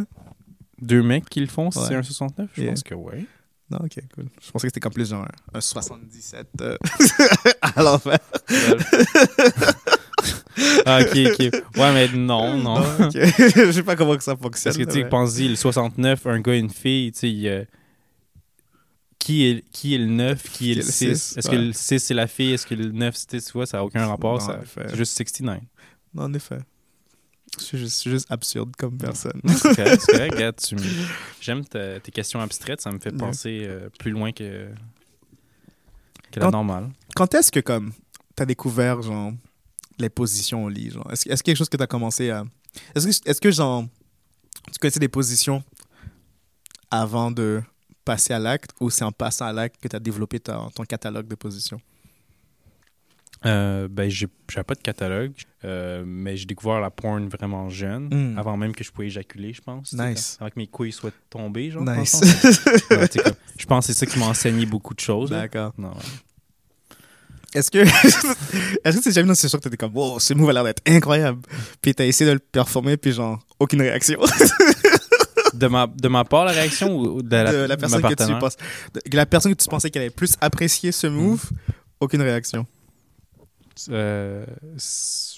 B: Deux mecs qui le font,
A: Ouais.
B: c'est un 69? Je
A: Yeah.
B: pense que oui.
A: Non, ok, cool. Je pensais que c'était comme plus genre un, un 77 euh, à l'envers.
B: Ah, ok, ok. Ouais, mais non, non.
A: ok. Je sais pas comment que ça fonctionne.
B: Parce que, tu
A: mais-
B: sais, pense-y, le 69, un gars et une fille, tu sais, il y a- qui, est, qui est le 9, qui est le 6? Est-ce que
A: ouais.
B: le 6, c'est la fille? Est-ce que le 9, c'était, tu vois, ça n'a aucun rapport.
A: Non,
B: ça-
A: en effet.
B: C'est juste 69.
A: Non, en effet. Je suis juste, je suis juste absurde comme personne.
B: C'est correct, c'est correct, regarde, tu me- J'aime ta- tes questions abstraites, ça me fait
A: Ouais.
B: penser euh, plus loin que, que la
A: Quand-
B: normale.
A: Quand est-ce que, comme, t'as découvert, genre, les positions au lit, genre? Est-ce est-ce quelque chose que t'as commencé à... Est-ce que, est que, genre, tu connaissais des positions avant de passer à l'acte ou c'est en passant à l'acte que t'as développé ta- ton catalogue de positions?
B: Euh, ben, j'ai- j'avais pas de catalogue, euh, mais j'ai découvert la porn vraiment jeune,
A: Mm.
B: avant même que je pouvais éjaculer, je pense. tu sais,
A: Nice.
B: quand- Avant que mes couilles soient tombées, genre. dans le
A: Nice.
B: sens. Ouais, tu sais, comme- je pense que c'est ça qui m'a enseigné beaucoup de choses. là.
A: D'accord.
B: Non, ouais.
A: Est-ce que est-ce que t'es jamais dans une situation que t'étais comme wow ce move a l'air d'être incroyable puis t'as essayé de le performer puis genre aucune réaction
B: de, ma, de ma part, la réaction ou ou de la,
A: de la
B: de
A: personne
B: ma
A: que tu
B: partenaire?
A: penses de la personne que tu pensais qu'elle avait plus apprécié ce move
B: Mm.
A: aucune réaction
B: Euh, s-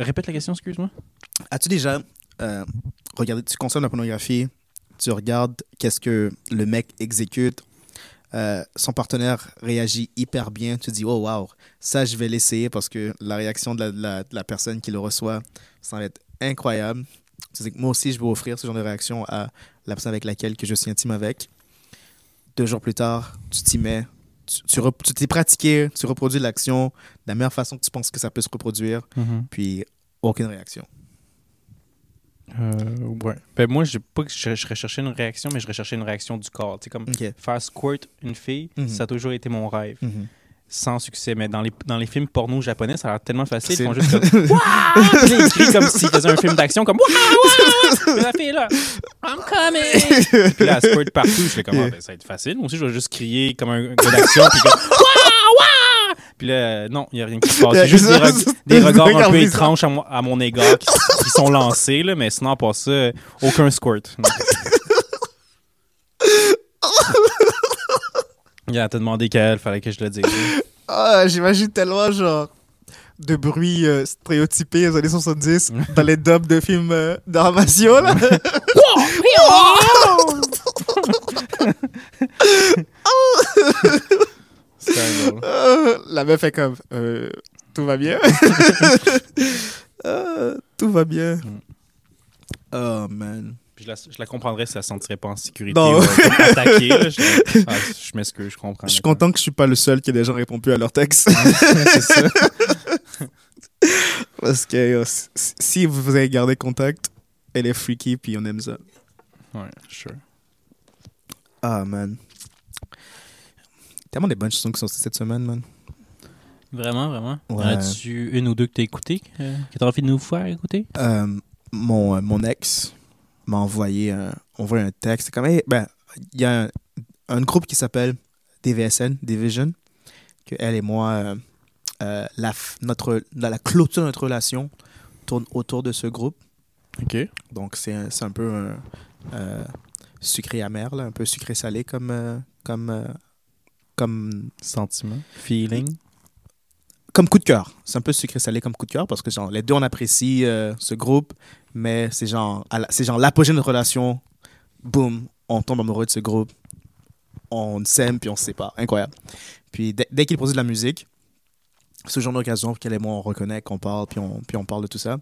B: Répète la question, excuse-moi.
A: as-tu déjà euh, regardé tu consommes la pornographie tu regardes qu'est-ce que le mec exécute euh, son partenaire réagit hyper bien tu dis oh wow ça je vais l'essayer parce que la réaction de la, de la- de la personne qui le reçoit ça va être incroyable Tu sais que moi aussi je vais offrir ce genre de réaction à la personne avec laquelle que je suis intime avec deux jours plus tard tu t'y mets tu tu rep- tu t'es pratiqué tu reproduis l'action de la meilleure façon que tu penses que ça peut se reproduire puis aucune réaction
B: Euh, ouais. Ben, moi, j'ai pas que je, je recherchais une réaction, mais je recherchais une réaction du corps. Tu sais, comme
A: ok
B: faire squirt une fille,
A: Mhm.
B: ça a toujours été mon rêve.
A: Mhm.
B: Sans succès. Mais dans les, dans les films porno japonais, ça a l'air tellement facile. Ils
A: C'est-
B: font juste comme. Wouah! Puis là, Ils crient comme s'ils faisaient un film d'action, comme. Wouah! Wouah! Puis la fille est là. I'm coming! Puis là, elle squirt partout. Je fais comme. Ah, ben, ça va être facile. Moi aussi, je vais juste crier comme un gars d'action. Puis comme. Wouah! Wouah! Puis là, euh, non, il n'y a rien qui se passe. C'est juste des, reg- des regards un peu
A: Regarde ça.
B: étranges à, mo- à mon égard qui, qui sont lancés, là, mais sinon, pas ça, euh, aucun squirt. Non. Il a t'a demandé qu'elle, fallait que je le dise.
A: Ah, j'imagine tellement genre de bruit euh, stéréotypé aux années 70 dans les dubs de films euh, d'animation là.
B: C'est quand même drôle.
A: Euh, la meuf est comme euh, tout va bien. Euh, tout va bien. Oh man.
B: Puis Je la, je la comprendrais si elle se sentirait pas en sécurité
A: Non.
B: ou euh, comme attaquée. là. Je, ah, je m'excuse, je comprends.
A: Je suis content que je suis pas le seul qui ait déjà répondu à leur texte.
B: C'est ça.
A: Parce que euh, si- si vous avez gardé contact, elle est freaky puis on aime ça.
B: Ouais, sure.
A: Ah man. Tellement des bonnes chansons qui sont sorties cette semaine, man.
B: Vraiment, vraiment.
A: Ouais.
B: As-tu une ou deux que t'as écouté, que t'as envie de nous faire écouter?
A: Euh, mon, euh, mon ex m'a envoyé un, on voit un texte. C'est Comme, Hey, ben, il y a un, un groupe qui s'appelle DVSN, Division, que elle et moi, euh, euh, la, f- notre, la, la clôture de notre relation tourne autour de ce groupe.
B: Ok.
A: Donc, c'est un, c'est un peu un, euh, sucré amer, là, un peu sucré salé comme, euh, comme, euh, comme,
B: Sentiment. Feeling.
A: comme coup de cœur. C'est un peu sucré salé comme coup de cœur parce que genre, les deux, on apprécie euh, ce groupe, mais c'est genre, à la- c'est genre l'apogée de notre relation. Boum, on tombe amoureux de ce groupe. On s'aime puis on se sépare. Incroyable. Puis dès, dès qu'il produit de la musique, ce genre d'occasion qu'elle et moi, on reconnaît, qu'on parle, puis on, puis on parle de tout ça.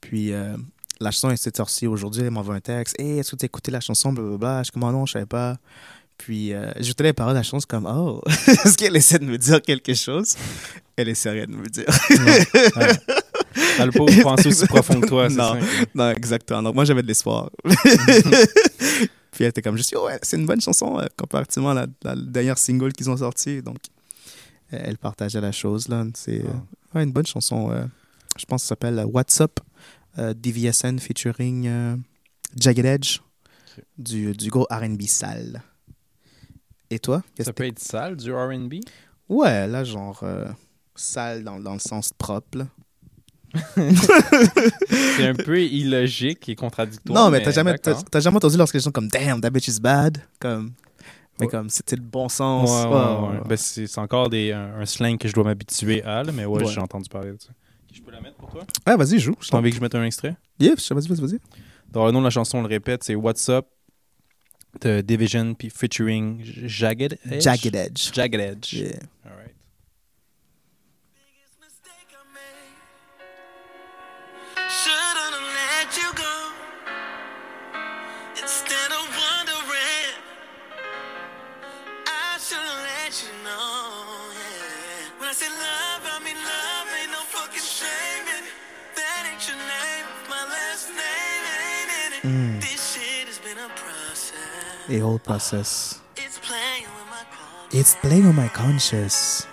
A: Puis euh, la chanson est cette sortie aujourd'hui. Elle m'envoie un texte. Hey, est-ce que tu as écouté la chanson Blablabla. Je suis comme, Ah non, je savais pas. Puis euh, j'écoutais les paroles de la chanson comme, oh, est-ce qu'elle essaie de me dire quelque chose? Elle essaie rien de me dire.
B: Ouais. T'as pas penser aussi profond que toi, c'est ça?
A: Non. Non, exactement. Donc, moi, j'avais de l'espoir. Puis elle était comme juste, Yo, ouais, c'est une bonne chanson euh, comparativement à la, la dernière single qu'ils ont sorti. Donc, euh, elle partageait la chose. là. C'est euh, ouais, une bonne chanson. euh, je pense que ça s'appelle euh, What's Up, euh, DVSN featuring euh, Jagged Edge
B: Ok.
A: du, du gros RB sale. Et toi? Qu'est-ce
B: Ça
A: que
B: peut être sale, du R&B?
A: Ouais, là, genre, euh, Sale dans, dans le sens propre. là.
B: C'est un peu illogique et contradictoire.
A: non, mais t'as jamais,
B: d'accord.
A: t'as- t'as jamais entendu lorsque les gens comme Damn, that bitch is bad. Comme, mais
B: Ouais.
A: comme c'était le bon
B: Ouais,
A: sens.
B: ouais,
A: Ouais, ouais,
B: ouais.
A: ouais.
B: Ben, c'est c'est encore des, un, un slang que je dois m'habituer à, là, mais ouais,
A: Ouais.
B: j'ai entendu parler de ça. Je peux la mettre pour toi?
A: Ouais, vas-y, joue. Je
B: T'as
A: t'en
B: envie que je mette un extrait?
A: Yeah, vas-y, vas-y, vas-y.
B: Dans le nom de la chanson, on le répète, c'est What's Up de Division puis featuring J- Jagged Edge.
A: Jagged Edge.
B: Jagged Edge.
A: Yeah.
B: All right.
C: biggest mistake I made. Shouldn't have let you go. Instead of wondering, I should have let you know. Yeah. When I say love, I mean love ain't no fucking shaming. That ain't your name, my last name ain't in
A: Mm.
C: it. This shit has been a process.
A: The whole process.
C: It's playing with my conscience.
A: It's playing on my conscience.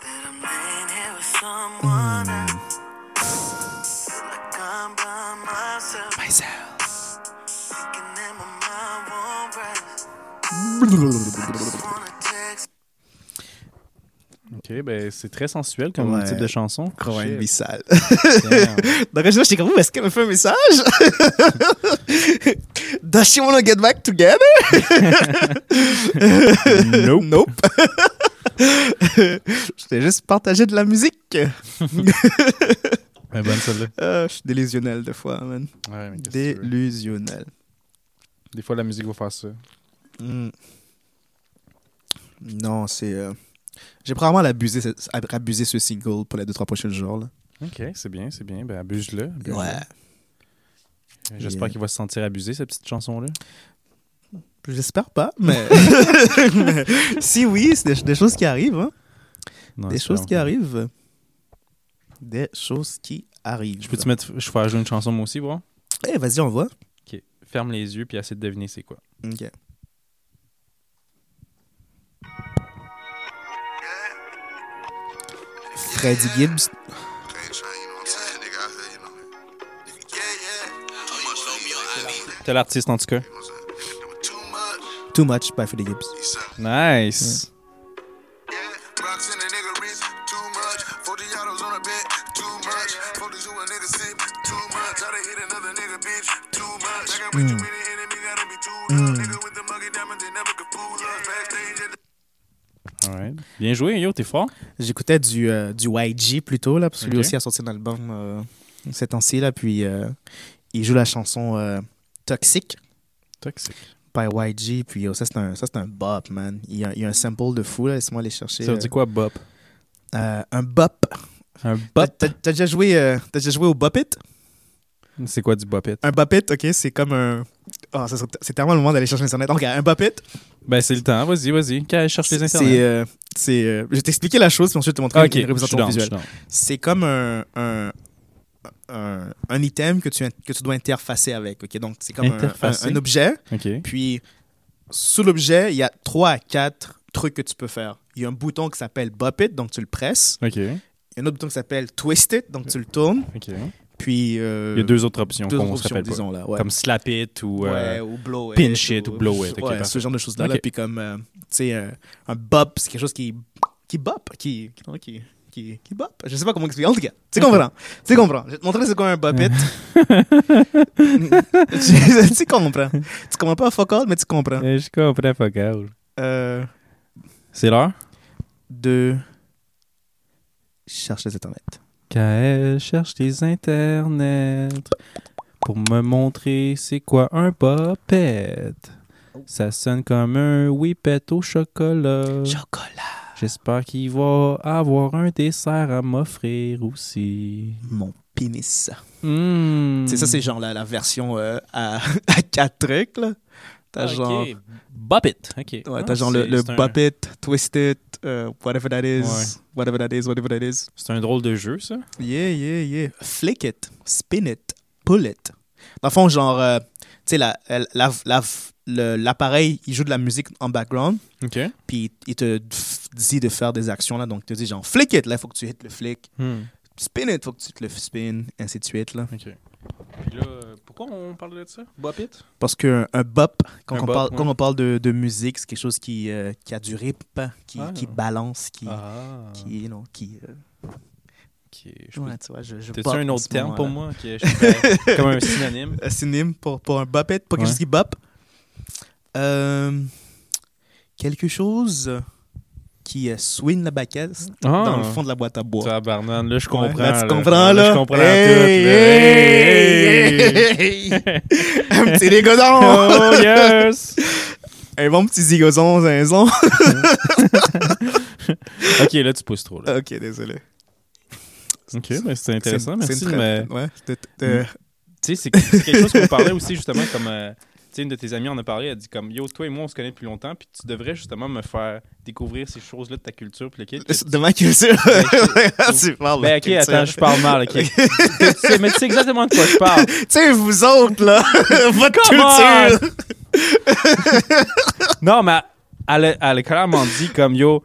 C: That I'm laying here with someone else. Feel like I'm by myself. Thinking that my mind won't rest.
B: Oh,
C: Just wanna text
B: OK, ben c'est très sensuel comme
A: Ouais.
B: type de chanson.
A: Corinne
B: Shit,
A: Bissal.
B: damn.
A: Donc, je j'étais comme, est-ce qu'elle me fait un message? Does she wanna get back together?
B: nope.
A: Nope. je t'ai juste partagé de la musique.
B: Mais bonne celle-là.
A: Ah, je suis délusionnel des fois, man.
B: Ouais, mais qu'est-ce que tu veux?
A: Délusionnel.
B: Des fois, la musique va faire ça.
A: Mm. Non, c'est. euh, J'ai probablement abusé, ce- abusé ce single pour les deux, trois prochains jours. Là.
B: OK, c'est bien, c'est bien. Ben abuse-le. abuse-le.
A: Ouais.
B: J'espère
A: Yeah.
B: qu'il va se sentir abusé, cette petite chanson-là.
A: J'espère pas, mais. si oui, c'est des, des choses qui arrivent. hein.
B: Non,
A: Des
B: c'est
A: choses
B: pas-
A: qui arrivent. Des choses qui arrivent.
B: Je peux-tu mettre... Je fais jouer une chanson, moi aussi, voir?
A: Eh, vas-y, on voit.
B: OK. Ferme les yeux, puis essaie de deviner c'est quoi.
A: Ok. Freddy
D: Ain't
A: Gibbs.
D: trying, you know what I'm saying? Nigga out here, you know. Yeah, yeah. Too much on me on IV. You know
B: T'es l'artiste, en tout cas.
D: what I'm saying? Nigga doing too much.
A: Too Much by Freddy Gibbs.
D: He said,
B: Nice.
D: yeah. Rocks in a nigga wrist, too much. 40 autos on a bed, too much. 42 a nigga sip, too much. Gotta hit another nigga, bitch, too much. I got way too many enemies, gotta be too tough. Nigga with the muggy diamonds, they never could fool us. Backstage at the
B: All right. Bien joué, yo, t'es fort.
A: J'écoutais du, euh, du YG plutôt, là, parce que lui
B: Ok.
A: aussi a sorti un album euh, ces temps-ci, là, puis euh, il joue la chanson euh, Toxic
B: Toxique.
A: by YG, puis oh, ça, c'est un, ça, c'est un bop, man. Il y, a, il y a un sample de fou, là, laisse-moi aller chercher.
B: Ça veut
A: euh,
B: dire quoi, bop?
A: euh, un bop.
B: Un
A: T'as,
B: bop?
A: t'as- t'as déjà joué, euh, t'as déjà joué au bop it? Euh,
B: C'est quoi du bop it?
A: Un bop it, ok, c'est comme un... Oh, ça, c'est- c'est tellement le moment d'aller chercher internet. Donc, un bop it,
B: Ben, c'est le temps. Vas-y, vas-y. Qu'elle cherche les
A: c'est...
B: internets.
A: euh, c'est euh, je vais t'expliquer la chose, puis ensuite je vais te montrer
B: OK,
A: une
B: je suis
A: représentation
B: down, je
A: visuelle.
B: suis down.
A: c'est comme un, un, un, un item que tu, que tu dois interfacer avec. ok Donc, c'est comme un- un,
B: Interfacer?
A: un objet.
B: OK.
A: Puis, sous l'objet, il y a trois à quatre trucs que tu peux faire. Il y a un bouton qui s'appelle Bop It, donc tu le presses.
B: OK.
A: Il y a un autre bouton qui s'appelle Twist It, donc tu le tournes.
B: OK.
A: Puis, euh,
B: Il y a deux autres options
A: deux
B: qu'on
A: autres
B: se rappelle
A: options, disons,
B: pas.
A: là, ouais.
B: Comme slap it ou... euh,
A: Ouais, ou blow it.
B: pinch it ou blow it, ok,
A: ouais, ce
B: parfait.
A: genre de choses-là. là.
B: Ok.
A: Puis comme, euh, tu sais, euh, un bop, c'est quelque chose qui, qui bop, qui, qui, non, qui, qui, qui bop. Je sais pas comment expliquer. En tout cas, tu comprends. Tu comprends. Je vais te montrer c'est quoi un bop it. tu tu comprends. Tu comprends pas fuck all, mais tu comprends.
B: euh, Je comprends pas, Carl.
A: Euh,
B: C'est l'heure?
A: de chercher les internet.
B: Kael cherche les internets pour me montrer c'est quoi un popette. Ça sonne comme un whippet au chocolat.
A: Chocolat.
B: J'espère qu'il va avoir un dessert à m'offrir aussi.
A: Mon pénis.
B: Mm.
A: C'est ça, c'est genre la, la version euh, à, à quatre trucs, là. T'as
B: Ok.
A: genre
B: Bop it. OK.
A: Ouais,
B: Ah,
A: t'as genre le,
B: c'est-
A: le
B: c'est un-
A: bop it, twist it, euh, whatever that is,
B: Ouais.
A: whatever that is, whatever that is.
B: C'est un drôle de jeu, ça.
A: Yeah, yeah, yeah. Flick it, spin it, pull it. Dans le fond, genre, euh, tu sais, la- la- la- la- le- l'appareil, il joue de la musique en background,
B: OK.
A: puis il te f- dit de faire des actions, là. Donc, il te dit genre, flick it, là, il faut que tu
B: Hmm.
A: hits le flick. Spin it, faut que tu te le spin, ainsi de suite, là.
B: OK. Puis là, pour pourquoi on parle de ça? Bop it?
A: Parce qu'un un bop, quand,
B: Un
A: on,
B: bop,
A: parle,
B: ouais.
A: quand on parle de, de musique, c'est quelque chose qui, euh, qui a du rip, qui,
B: Ah.
A: qui balance, qui,
B: Ah.
A: qui, non, qui euh,
B: Ok, je
A: ouais, tu vois, je, je
B: T'as-tu
A: bop
B: un
A: en
B: autre
A: ce
B: terme pour
A: moment-là.
B: moi? qui est- je sais pas, comme un synonyme.
A: Un synonyme pour, pour un bopette, pour quelque
B: Ouais.
A: chose qui bop. Euh, quelque chose qui euh, swing la baquette dans le fond de la boîte à bois.
B: Tabarnane, là, je
A: Ouais.
B: Ah. comprends.
A: Là, tu comprends, là?
B: là. Je comprends
A: Hey,
B: tout. là. Hey!
A: hey, hey, hey. Un petit rigodon!
B: Oh, yes!
A: Un bon petit zigozon zinzon.
B: OK, là, tu pousses trop. Là.
A: ok, désolé.
B: OK, mais c'est
A: C'est-
B: intéressant.
A: c'est
B: Merci.
A: une
B: mais- Mm.
A: très- Ouais, c'était- euh,
B: Tu sais, c'est c'est quelque chose qu'on parlait aussi, justement, comme... euh, tu sais, une de tes amies en a parlé, elle a dit comme Yo, toi et moi, on se connaît depuis longtemps, puis tu devrais justement me faire découvrir ces choses-là de ta culture, puis le kit.
A: de ma culture. tu parles de
B: Ben, ok,
A: culture.
B: attends, je parle mal, ok. Tu sais- mais tu sais exactement de quoi je parle.
A: Tu sais, vous autres, là, votre
B: Come
A: culture.
B: Non, mais elle a, elle a clairement dit comme yo.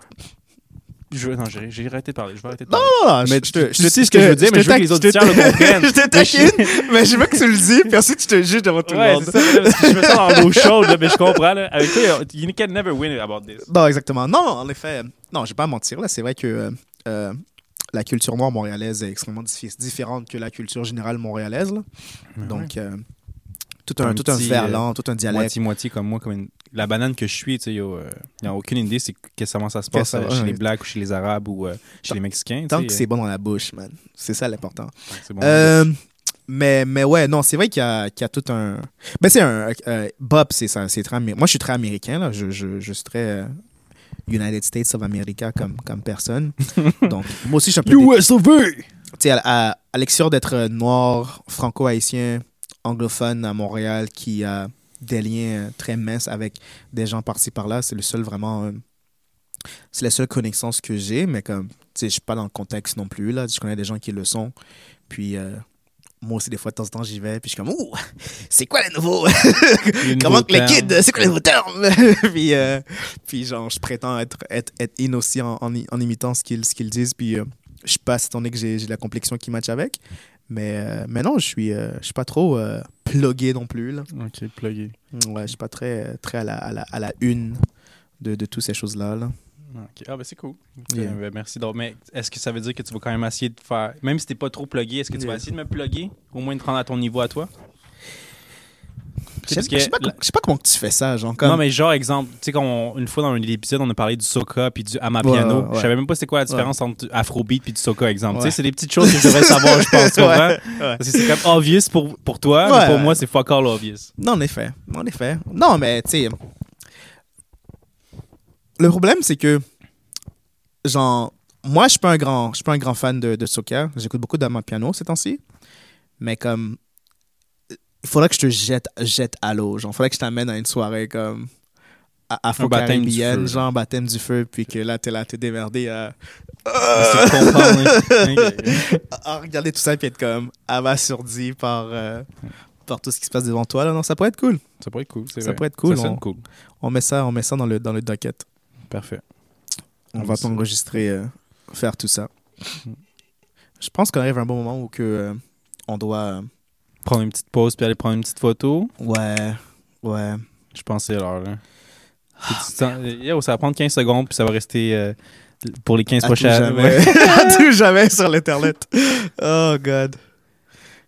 B: Je, non, j'ai j'ai arrêté de parler. Je vais arrêter de parler.
A: Non, non,
B: Mais je te- je te dis ce que je veux dire, mais je veux que les
A: autres
B: auditeurs le comprennent.
A: Je te taquine, mais je veux que tu le dis, puis ensuite, je te juge devant tout le
B: ouais,
A: monde.
B: c'est ça. là, parce que je me sens dans l'eau chaude, là, mais je comprends. Là. Avec toi, you can never win about this.
A: Non, exactement. Non, en effet, non, je vais pas mentir. Là, c'est vrai que euh, euh, la culture noire montréalaise est extrêmement diffi- différente que la culture générale montréalaise. là. Donc, euh, tout un,
B: Un
A: tout un
B: petit, euh,
A: verlan, tout un dialecte.
B: Moitié-moitié comme moi, comme une- la banane que je suis, tu sais, yo, euh, y a aucune idée c'est que- comment ça se
A: Que
B: passe
A: ça
B: euh,
A: va,
B: chez
A: ouais.
B: les Blacks ou chez les Arabes ou euh, chez les Mexicains.
A: Tant
B: tu
A: que
B: sais,
A: c'est bon dans la bouche, man. C'est ça l'important.
B: euh, tant que c'est bon.
A: Euh, mais, mais ouais, non, c'est vrai qu'il y, a- qu'il y a tout un. Ben, c'est un. euh, Bob, c'est ça. c'est très Amé- Moi, je suis très américain, là. Je, je, je suis très. euh, United States of America comme, comme personne. Donc, moi aussi, je suis un peu. dé- Tu sais, à, à- à l'excuse d'être euh, noir, franco-haïtien, anglophone à Montréal, qui a des liens euh, très minces avec des gens par-ci par-là, c'est le seul vraiment. euh, c'est la seule connaissance que j'ai, mais comme, tu sais, je suis pas dans le contexte non plus, là. Je connais des gens qui le sont. Puis, euh, moi aussi, des fois, de temps en temps, j'y vais, puis je suis comme, ouh, c'est quoi le nouveau?
B: Les
A: Comment
B: nouveaux
A: que les
B: termes.
A: kids, c'est quoi les nouveaux termes? puis, euh, puis genre, je prétends être, être, être in aussi en, en, i- en imitant ce qu'ils ce qu'ils disent. Puis, euh, je passe, étant donné que j'ai j'ai la complexion qui match avec. Mais, euh, mais non, je suis, euh, je suis pas trop euh, plugué non plus. Là.
B: Ok, plugué.
A: Ouais, je suis pas très, très à, la, à, la, à la une de, de toutes ces choses-là. là.
B: Ok. Ah, ben c'est cool. Ok,
A: Yeah.
B: ben merci. Donc, mais est-ce que ça veut dire que tu vas quand même essayer de faire. Même si t'es pas trop plugué, est-ce que tu vas
A: Yeah.
B: essayer de me pluguer Au moins de te rendre à ton niveau à toi
A: Je sais
B: parce
A: je sais
B: que
A: pas,
B: la-
A: com- je sais pas comment tu fais ça. Genre, comme...
B: Non, mais genre, exemple, tu sais, quand on- une fois dans un épisode, on a parlé du soca puis du amapiano.
A: Ouais, ouais, ouais.
B: Je savais même pas c'est quoi la différence entre du afrobeat puis du soca, exemple. Tu
A: Ouais.
B: sais, c'est des petites choses que je devrais savoir, je pense, tu comprends?
A: Ouais,
B: Parce que c'est comme obvious pour, pour toi, mais
A: Ouais.
B: pour moi, c'est fuck all obvious.
A: Non, en effet. En effet. Non, mais tu sais. Le problème, c'est que, genre, moi, je suis pas un grand, je suis pas un grand fan de, de soccer. J'écoute beaucoup d'amapiano ces temps-ci. Mais comme, il faudrait que je te jette, jette à l'eau. Genre, il faudrait que je t'amène à une soirée comme à-
B: baptême
A: afro-caribéenne,
B: du feu.
A: genre baptême du feu, puis que là, t'es là, t'es démerdé à, Euh.
B: C'est de comprendre. Ok.
A: à regarder tout ça, puis être comme abasourdi par, euh, par tout ce qui se passe devant toi. Là. Non, ça pourrait être cool.
B: Ça pourrait être cool. c'est
A: Ça
B: vrai.
A: pourrait être cool,
B: Ça sonne
A: on-
B: cool.
A: On met ça, on met ça dans le, dans le docket.
B: Parfait.
A: On
B: Comme
A: va
B: ça.
A: t'enregistrer, euh, faire tout ça. Mhm. Je pense qu'on arrive à un bon moment où que, euh, on doit. euh,
B: Prendre une petite pause puis aller prendre une petite photo.
A: ouais, ouais.
B: Je pensais l'heure, là. Puis tu te sens- Yo, ça va prendre 15 secondes, puis ça va rester euh, pour les 15
A: À tout
B: prochaines.
A: jamais.
B: Ouais.
A: À tout jamais sur l'Internet. Oh, God.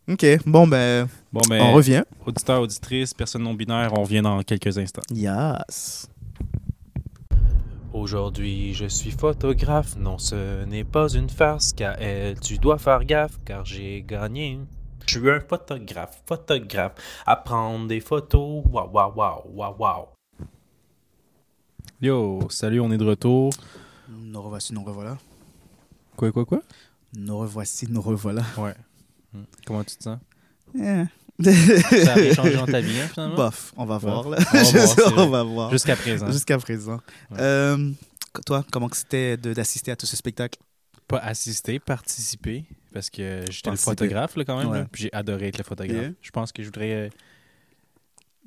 A: Ok, bon, ben,
B: Bon, ben,
A: on revient.
B: auditeurs, auditrices, personnes non binaires, on revient dans quelques instants.
A: Yes.
E: Aujourd'hui, je suis photographe. Non, ce n'est pas une farce, car elle, tu dois faire gaffe, car j'ai gagné. Je suis un photographe, photographe, à prendre des photos. Waouh, waouh, waouh, waouh, waouh.
B: Yo, salut, on est de retour.
A: Nous revoici, nous revoilà.
B: Quoi, quoi, quoi?
A: Nous revoici, nous revoilà.
B: Ouais. Hmm. Comment tu te sens?
A: Eh.
B: Ça a rien changé dans ta vie, hein, finalement?
A: Bof, Ah on va voir là.
B: On va voir,
A: Je-
B: c'est vrai.
A: on va voir.
B: Jusqu'à présent.
A: Jusqu'à présent.
B: Ouais.
A: Euh, toi, comment que c'était de- d'assister à tout ce spectacle?
B: Pas assister, participer, parce que j'étais le
A: Participer.
B: photographe, là, quand même.
A: Ouais.
B: là, puis j'ai adoré être le photographe.
A: Yeah.
B: Je pense que je voudrais euh,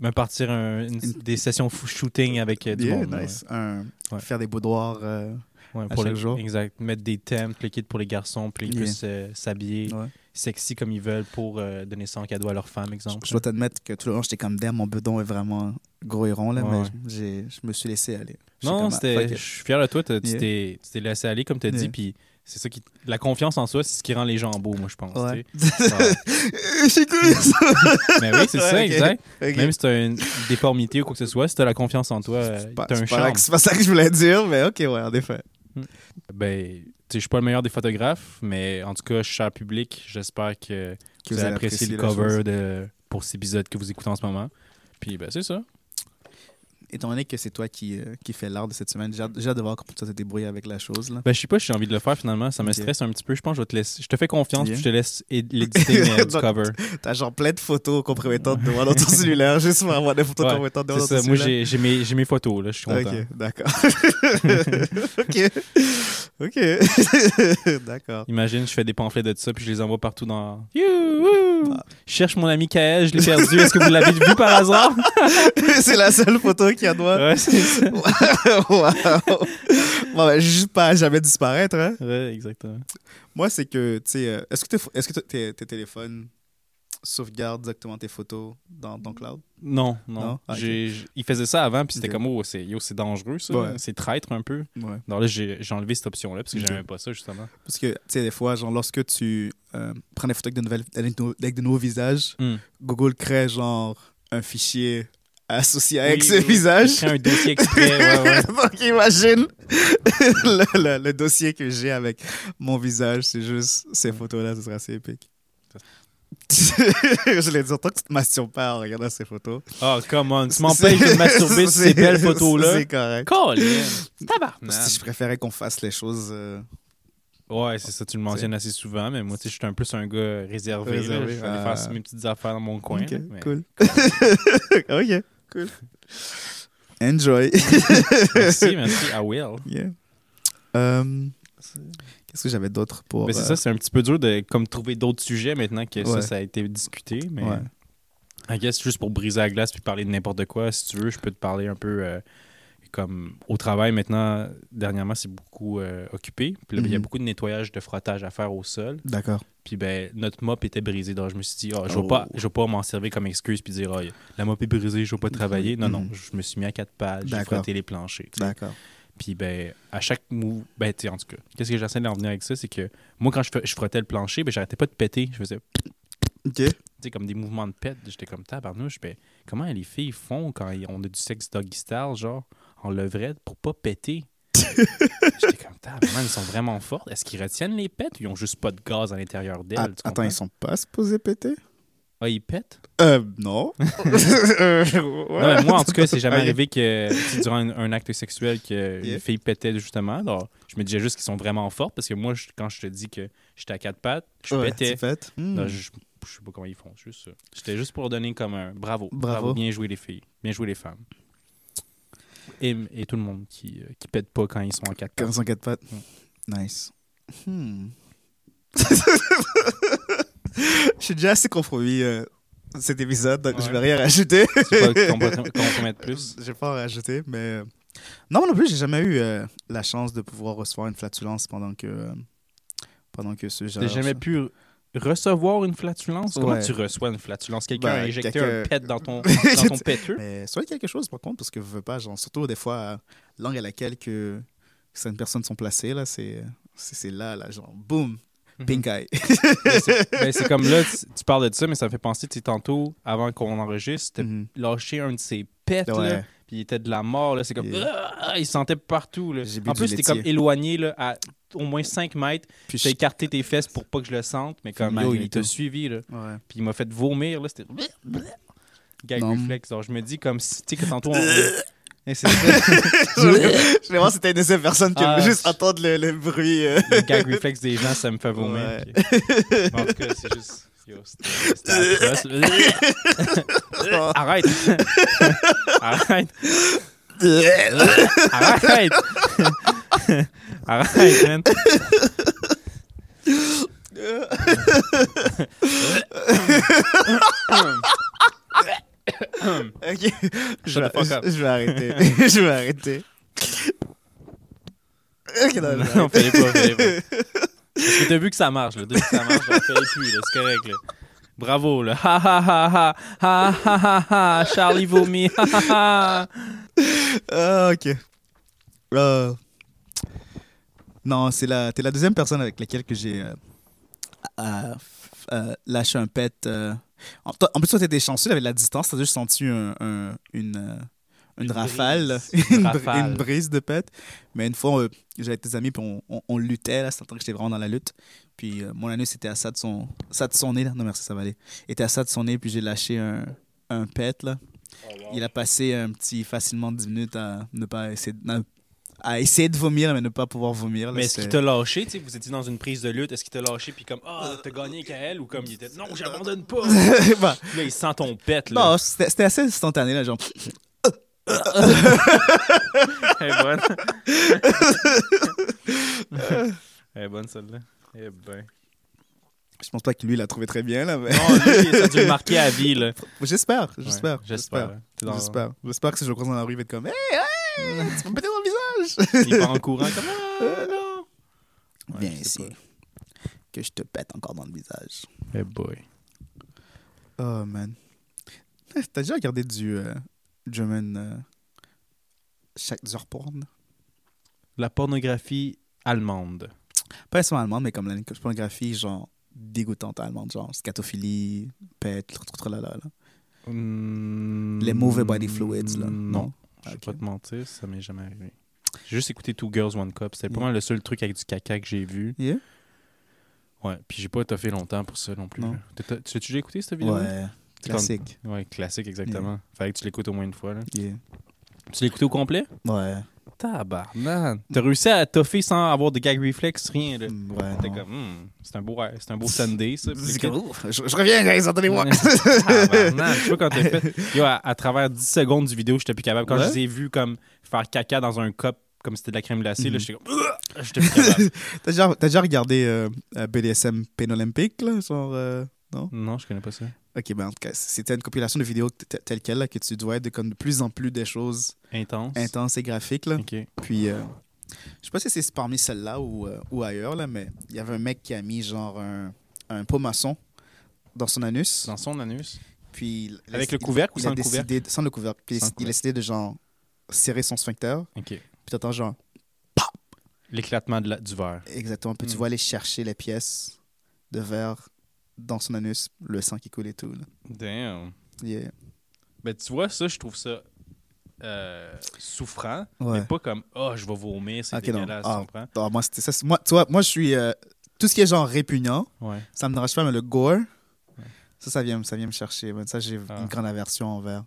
B: me partir un- une- des sessions fou- shooting avec euh, du
A: Yeah,
B: monde. là,
A: nice. Un-
B: Ouais.
A: Faire des boudoirs euh,
B: Ouais,
A: à
B: pour
A: chaque
B: le-
A: jour.
B: Exact. Mettre des thèmes, le kit pour les garçons, puis ils
A: Yeah.
B: puissent euh, s'habiller
A: Ouais.
B: sexy comme ils veulent pour euh, donner ça en cadeau à leur femme, exemple.
A: Je dois t'admettre que tout le long, j'étais comme damn, mon bedon est vraiment gros et rond, là,
B: Ouais,
A: mais
B: ouais.
A: j'ai- je me suis laissé aller. J'étais
B: Non,
A: comme,
B: non,
A: ah,
B: c'était.
A: fuck
B: Je
A: it.
B: suis fier de toi. t'as- Tu
A: Yeah.
B: t'es tu t'es laissé aller, comme tu as dit.
A: Yeah.
B: Puis c'est ça qui. La confiance en soi, c'est ce qui rend les gens beaux, moi, je pense.
A: Ouais.
B: tu sais. Ouais.
A: J'ai cru ça.
B: Mais oui, c'est
A: Ouais,
B: ça,
A: ok.
B: exact.
A: Ok.
B: Même si tu as une déformité ou quoi que ce soit, si tu as la confiance en toi, euh,
A: C'est pas-
B: t'as un
A: c'est pas
B: charme.
A: vrai que- C'est pas ça que je voulais dire, mais ok, ouais, en effet.
B: Ben, tu sais, je suis pas le meilleur des photographes, mais en tout cas, cher public, j'espère que, vous, avez apprécié le
A: la chose.
B: cover de, pour cet épisode que vous écoutez en ce moment. Puis, ben, c'est ça.
A: Étant donné que c'est toi qui, euh, qui fais l'art de cette semaine, j'ai hâte, j'ai hâte de voir comment tu vas te débrouiller avec la chose. Là.
B: Ben, je sais pas si j'ai envie de le faire finalement. Ça me
A: Ok.
B: stresse un petit peu. Je pense que je vais te laisser. Je te fais confiance,
A: Yeah.
B: puis je te laisse é- l'éditer mais, euh, du
A: Donc,
B: cover.
A: T'as genre plein de photos compromettantes devant dans ton cellulaire, juste pour avoir des photos
B: Ouais,
A: compromettantes devant
B: C'est
A: dans
B: ça.
A: ton
B: Moi,
A: cellulaire.
B: j'ai j'ai mes, j'ai mes photos, là. Je suis content.
A: Ok, d'accord. ok. Ok. d'accord.
B: Imagine, je fais des pamphlets de ça, puis je les envoie partout dans. Youhou! Je cherche mon ami Kael, je l'ai perdu. Est-ce que vous l'avez vu par hasard?
A: c'est la seule photo qu'il y a de moi.
B: ouais, c'est ça.
A: Waouh. Bon, ben, juste pas à jamais disparaître. Hein.
B: Ouais, exactement.
A: Moi, c'est que, tu sais, euh, est-ce que, tes, est que t- tes, tes téléphones sauvegardent exactement tes photos dans, dans Cloud?
B: Non, non.
A: Non? Ah, ok.
B: J'ai- j'- Il faisait ça avant, puis c'était
A: Ok.
B: comme, oh, c'est yo, c'est dangereux, ça.
A: Ouais.
B: C'est traître un peu.
A: Ouais.
B: Non, là, j'ai j'ai enlevé cette option-là, parce que
A: Ok.
B: j'aimais pas ça, justement.
A: Parce que, tu sais, des fois, genre, lorsque tu euh, prends des photos avec de, nouvelles, avec de nouveaux- avec de nouveaux visages,
B: Hmm.
A: Google crée, genre, un fichier associé avec
B: Oui,
A: ce
B: oui,
A: visage.
B: Je crée un dossier exprès, ouais, ouais.
A: Donc, imagine le, le- le dossier que j'ai avec mon visage, c'est juste ces photos-là, ce serait assez épique. je l'ai dit, tant que tu te masturbes pas en regardant ces photos.
B: Oh, come on, tu m'empêches de me masturber sur ces
A: c'est-
B: belles photos-là.
A: C'est correct.
B: Colin!
A: Si je
B: Tabarnak!
A: préférais qu'on fasse les choses euh,
B: Ouais, c'est ça, tu le mentionnes assez souvent, mais moi, tu sais, je suis un peu un gars réservé. là.
A: Réservé,
B: je vais aller
A: ah.
B: faire mes petites affaires dans mon coin.
A: Ok,
B: là, mais-
A: cool. ok, cool. Enjoy.
B: Merci, merci, I will.
A: Yeah. Euh, Qu'est-ce que j'avais d'autre pour.
B: Mais Ben, c'est
A: euh,
B: ça, c'est un petit peu dur de comme trouver d'autres sujets maintenant que ça,
A: Ouais.
B: ça a été discuté. Mais
A: Ouais.
B: I guess juste pour briser la glace puis parler de n'importe quoi, si tu veux, je peux te parler un peu euh, comme au travail maintenant. Dernièrement, c'est beaucoup euh, occupé. Puis là, ben, il y a
A: Mhm.
B: beaucoup de nettoyage, de frottage à faire au sol.
A: D'accord.
B: Puis ben, notre mop était brisé. Donc je me suis dit, Ah, je ne vais
A: Oh.
B: pas, je vais pas m'en servir comme excuse puis dire, Ah, la mop est brisée, je ne vais pas travailler. Non, non,
A: Mhm.
B: je me suis mis à quatre pattes, j'ai
A: D'accord.
B: frotté les planchers. tu sais.
A: D'accord.
B: Puis ben, à chaque move, ben, tu sais, en tout cas, qu'est-ce que j'essaie d'en venir avec ça, c'est que moi, quand je, fais- je frottais le plancher, ben, j'arrêtais pas de péter. Je faisais, tu
A: Ok.
B: sais, comme des mouvements de pète. J'étais comme, tabarnouche, ben, comment les filles font quand ils- on a du sexe doggy style, genre, en levrette, pour pas péter? J'étais comme, tabarnouche, ils sont vraiment fortes. Est-ce qu'ils retiennent les pètes ou ils ont juste pas de gaz à l'intérieur d'elles?
A: Ah,
B: tu
A: attends,
B: comprends?
A: ils sont pas supposés péter?
B: Ah, ils pètent?
A: Euh, non. Euh, ouais.
B: Non, mais moi, en tout cas, c'est jamais
A: Ah,
B: arrivé que tu sais, durant un, un acte sexuel que
A: Yeah.
B: une fille pétait justement. Alors, je me disais juste qu'ils sont vraiment fortes parce que moi, je- quand je te dis que j'étais à quatre pattes, je
A: ouais,
B: pétais.
A: c'est fait. Hmm.
B: Non, je, je sais pas comment ils font, c'est juste ça. J'étais juste pour leur donner comme un bravo.
A: Bravo.
B: Bien joué les filles. Bien joué les femmes. Et, et tout le monde qui, euh, qui pète pas quand ils sont en quatre
A: Comme ils
B: pattes.
A: sont quatre pattes. Nice. Hmm. je suis déjà assez compromis euh, cet épisode, donc je vais
B: Ouais.
A: rien rajouter.
B: C'est pas qu'on peut- qu'on peut mettre plus.
A: J'ai pas en rajouter, mais. euh, Non, non plus, j'ai jamais eu euh, la chance de pouvoir recevoir une flatulence pendant que. euh, Pendant que ce genre.
B: T'as jamais pu recevoir une flatulence? Comment
A: Ouais.
B: tu reçois une flatulence? Quelqu'un
A: Ben,
B: a injecté
A: quelqu'un-
B: un pet dans ton, dans ton péteux?
A: Mais soyez quelque chose, par contre, parce que je veux pas, genre, surtout des fois, euh, langue à laquelle que certaines personnes sont placées, là, c'est. C'est c'est là, là, genre, boum,
B: Mhm.
A: pink eye.
B: Mais c'est- ben, c'est comme là, tu, tu parles de ça, mais ça me fait penser, tu sais, tantôt, avant qu'on enregistre, t'as
A: Mhm.
B: lâché un de ses pets, là,
A: Ouais.
B: puis il était de la mort, là, c'est comme, Ah! il sentait partout, là.
A: J'ai bu
B: En
A: du
B: plus, t'es
A: laitier.
B: comme éloigné, là, à au moins 5 mètres,
A: Puis
B: t'as
A: je-
B: écarté tes fesses pour pas que je le sente, mais comme,
A: Yo,
B: yo,
A: il
B: il
A: est
B: t'a
A: tout.
B: suivi, là,
A: Ouais.
B: puis il m'a fait vomir, là, c'était... Gag
A: Non.
B: réflexe, alors je me dis comme si, tu sais, que tantôt, on... Eh, c'est ça,
A: je voulais voir si t'es une de ces personnes qui
B: Ah,
A: aiment juste
B: je-
A: entendre le, le bruit. euh.
B: le gag réflexe des gens, ça me fait vomir.
A: Ouais.
B: puis- Mais en tout cas, c'est juste... yo, c'était- c'était atroce. Arrête! Arrête! Arrête! Arrête, man!
A: Ok. Je vais,
B: the fuck up.
A: je vais arrêter. je vais arrêter. Ok, non, non.
B: Non, fais pas, fais pas. Parce que t'as vu que ça marche, là. T'as vu que ça marche, on fallait plus, là. C'est correct, là. Bravo, là. Ha ha ha ha. Ha ha ha ha. Charlie vomit. Ha ha ha.
A: Ah, ok. Euh, Non, c'est la, t'es la deuxième personne avec laquelle que j'ai euh, à- euh, lâché un pet. euh. En, toi- en plus, toi, t'étais chanceux, t'avais de la distance, t'as juste senti un- un- une, euh, une,
B: Une
A: rafale,
B: brise.
A: une,
B: Une
A: br-
B: rafale.
A: une brise de pet. Mais une fois, euh, j'avais tes amis, puis on, on- on luttait, là, c'était un truc que j'étais vraiment dans la lutte. Puis euh, mon anus était à ça de son, ça de son nez, là. Non, merci, ça va aller. Était à ça de son nez, puis j'ai lâché un, un pet, là. Il a passé un petit facilement 10 minutes à ne pas essayer de, non, à essayer de vomir mais ne pas pouvoir vomir. là,
B: Mais est-ce
A: c'était-
B: qu'il t'a lâché, tu sais, vous étiez dans une prise de lutte, est-ce qu'il t'a lâché puis comme ah, t'as gagné avec elle ou comme il était non, j'abandonne pas. Puis
A: Bah,
B: là, il sent ton pète là.
A: non, c'était c'était assez instantané là, genre.
B: Elle est bonne. Elle est bonne celle-là. Eh ben.
A: Je pense pas que lui l'a trouvé très bien là, mais
B: Non, lui, ça a dû le marquer à vie là.
A: j'espère,
B: Ouais,
A: j'espère, j'espère,
B: hein. T'es dans-
A: j'espère, j'espère que si je le croise dans la rue, il va être comme, hey, hey, tu peux me péter dans le visage.
B: Il part en courant comme ah, non. Ouais,
A: Viens
B: je sais
A: ici, que je te pète encore dans le visage.
B: pas. Eh boy.
A: Oh man, t'as déjà regardé du euh, German euh, chaque heure porn?
B: La pornographie allemande.
A: pas nécessairement allemande, mais comme la pornographie, genre dégoûtante allemande, genre scatophilie, pète, tr- tr- tr- là, là, là.
B: Hmm.
A: les mauvais body fluids, là.
B: Non, je vais
A: Ok.
B: pas te mentir, ça m'est jamais arrivé. J'ai juste écouté Two Girls One Cup, c'était
A: Mm.
B: probablement le seul truc avec du caca que j'ai vu.
A: Yeah?
B: Ouais, puis j'ai pas étoffé longtemps pour ça non plus.
A: Non.
B: là. T'as- t'as- Tu l'as déjà écouté cette vidéo
A: Ouais,
B: C'est comme-
A: classique.
B: Ouais, classique exactement. Fallait que tu l'écoutes au moins une fois là.
A: Yeah.
B: Tu l'as écouté au complet
A: Ouais,
B: Tabarnan. T'as réussi à toffer sans avoir de gag réflexe, rien là.
A: Mm, ouais,
B: T'es
A: non.
B: comme Hmm, c'est un beau c'est un beau Sunday ça. Puis
A: C'est
B: t'écoutes-
A: comme, ouh, je, je reviens, guys, entendez-moi.
B: Tabarnak, je sais pas quand t'as fait. Yo, à, à travers 10 secondes du vidéo, j'étais plus capable. Quand
A: Ouais.
B: je les ai vus comme faire caca dans un cup comme si c'était de la crème glacée, là,
A: Mhm.
B: j'étais comme. Ugh! J'étais plus capable.
A: T'as déjà, t'as déjà regardé euh, euh, BDSM Pénolympique, là, genre. euh, Non?
B: non, je connais pas ça.
A: Ok, ben en tout cas, c'était une compilation de vidéos t- t- telles quelles, là, que tu dois être de, comme, de plus en plus des choses
B: Intense.
A: intenses et graphiques, là.
B: Ok.
A: Puis, euh, je sais pas si c'est parmi celles-là ou, euh, ou ailleurs, là, mais il y avait un mec qui a mis genre un, un pot maçon dans son anus.
B: Dans son anus.
A: Puis il- il-
B: Avec le
A: il-
B: couvercle ou
A: il
B: sans
A: a
B: le couvercle?
A: décidé de- Sans le couvercle. Puis
B: Sans le
A: il a décidé de genre serrer son sphincter.
B: Ok.
A: Puis t'entends genre,
B: L'éclatement de la- du verre.
A: exactement. Puis tu
B: Mm.
A: vois aller chercher les pièces de verre dans son anus, le sang qui coule et tout. là.
B: Damn.
A: Yeah.
B: Ben, tu vois, ça, je trouve ça euh, souffrant.
A: Ouais.
B: Mais pas comme, oh, je vais vomir, c'est
A: Ok, non.
B: dégueulasse,
A: Ah.
B: tu comprends?
A: Non, moi, c'était ça. c'est- Moi, tu vois, moi, je suis. euh, tout ce qui est genre répugnant,
B: Ouais.
A: ça me dérange pas, mais le gore, ça, ça vient, me- ça vient me chercher. man. Ça, j'ai
B: Ah.
A: une grande aversion envers.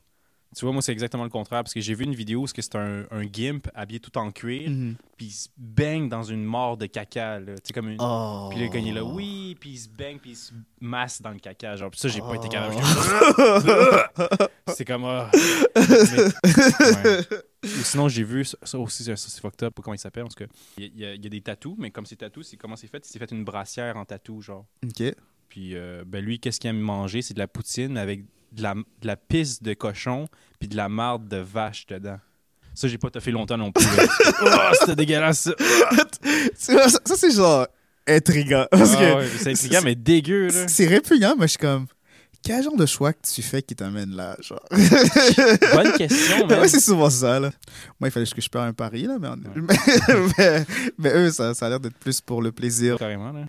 B: Tu vois, moi, c'est exactement le contraire parce que j'ai vu une vidéo où c'était un, un gimp habillé tout en cuir,
A: Mhm.
B: puis il se baigne dans une mort de caca, là. Tu sais, comme une.
A: Oh.
B: Puis là, quand il est là, oui, puis il se baigne, puis il se masse dans le caca. Genre, Puis ça, j'ai pas été capable. c'est comme. ah. Mais- ouais. Ou sinon, j'ai vu, ça ça aussi, ça, c'est fucked up, comment il s'appelle, en tout cas. Il y a- il y, a- il y a des tatous, mais comme c'est tatous, c'est comment c'est fait Il s'est fait une brassière en tatou, genre.
A: Ok.
B: Puis euh, ben lui, qu'est-ce qu'il aime manger C'est de la poutine avec de la, de la pisse de cochon, puis de la marde de vache dedans. Ça, j'ai pas fait longtemps non plus. là. oh, c'était dégueulasse, ça.
A: Ça, ça, c'est genre intriguant. Parce
B: Ah
A: que
B: ouais, c'est intriguant, mais dégueu, là.
A: c'est répugnant, mais je suis comme. Quel genre de choix que tu fais qui t'amène là, genre? Ben
B: Bonne question, man.
A: ouais, c'est souvent ça, là. Moi, il fallait que je perde un pari, là, mais, on- mais, mais eux, ça, ça a l'air d'être plus pour le plaisir.
B: Carrément, là.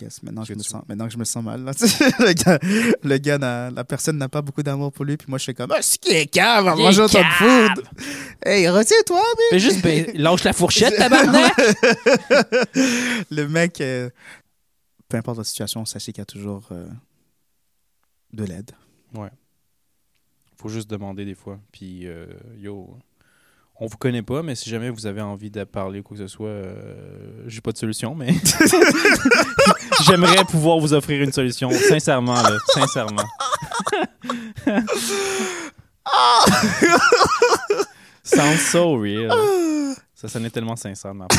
A: Yes, maintenant, je
B: Que
A: me
B: tu-
A: sens, maintenant que je me sens mal, là. le gars, le gars n'a- la personne n'a pas beaucoup d'amour pour lui, puis moi, je fais comme, ah, ce qui est calme, à manger autant de food! Hey, retiens-toi, mais
B: Fais juste, ben, lâche la fourchette, tabarnak!
A: le mec, euh, peu importe la situation, sachez qu'il y a toujours euh, de l'aide.
B: Faut juste demander des fois. Puis, euh, yo, on vous connaît pas, mais si jamais vous avez envie de parler ou quoi que ce soit, euh, j'ai pas de solution, mais j'aimerais pouvoir vous offrir une solution, sincèrement, là, sincèrement. Sounds so real. Ça sonnait tellement sincère de ma part.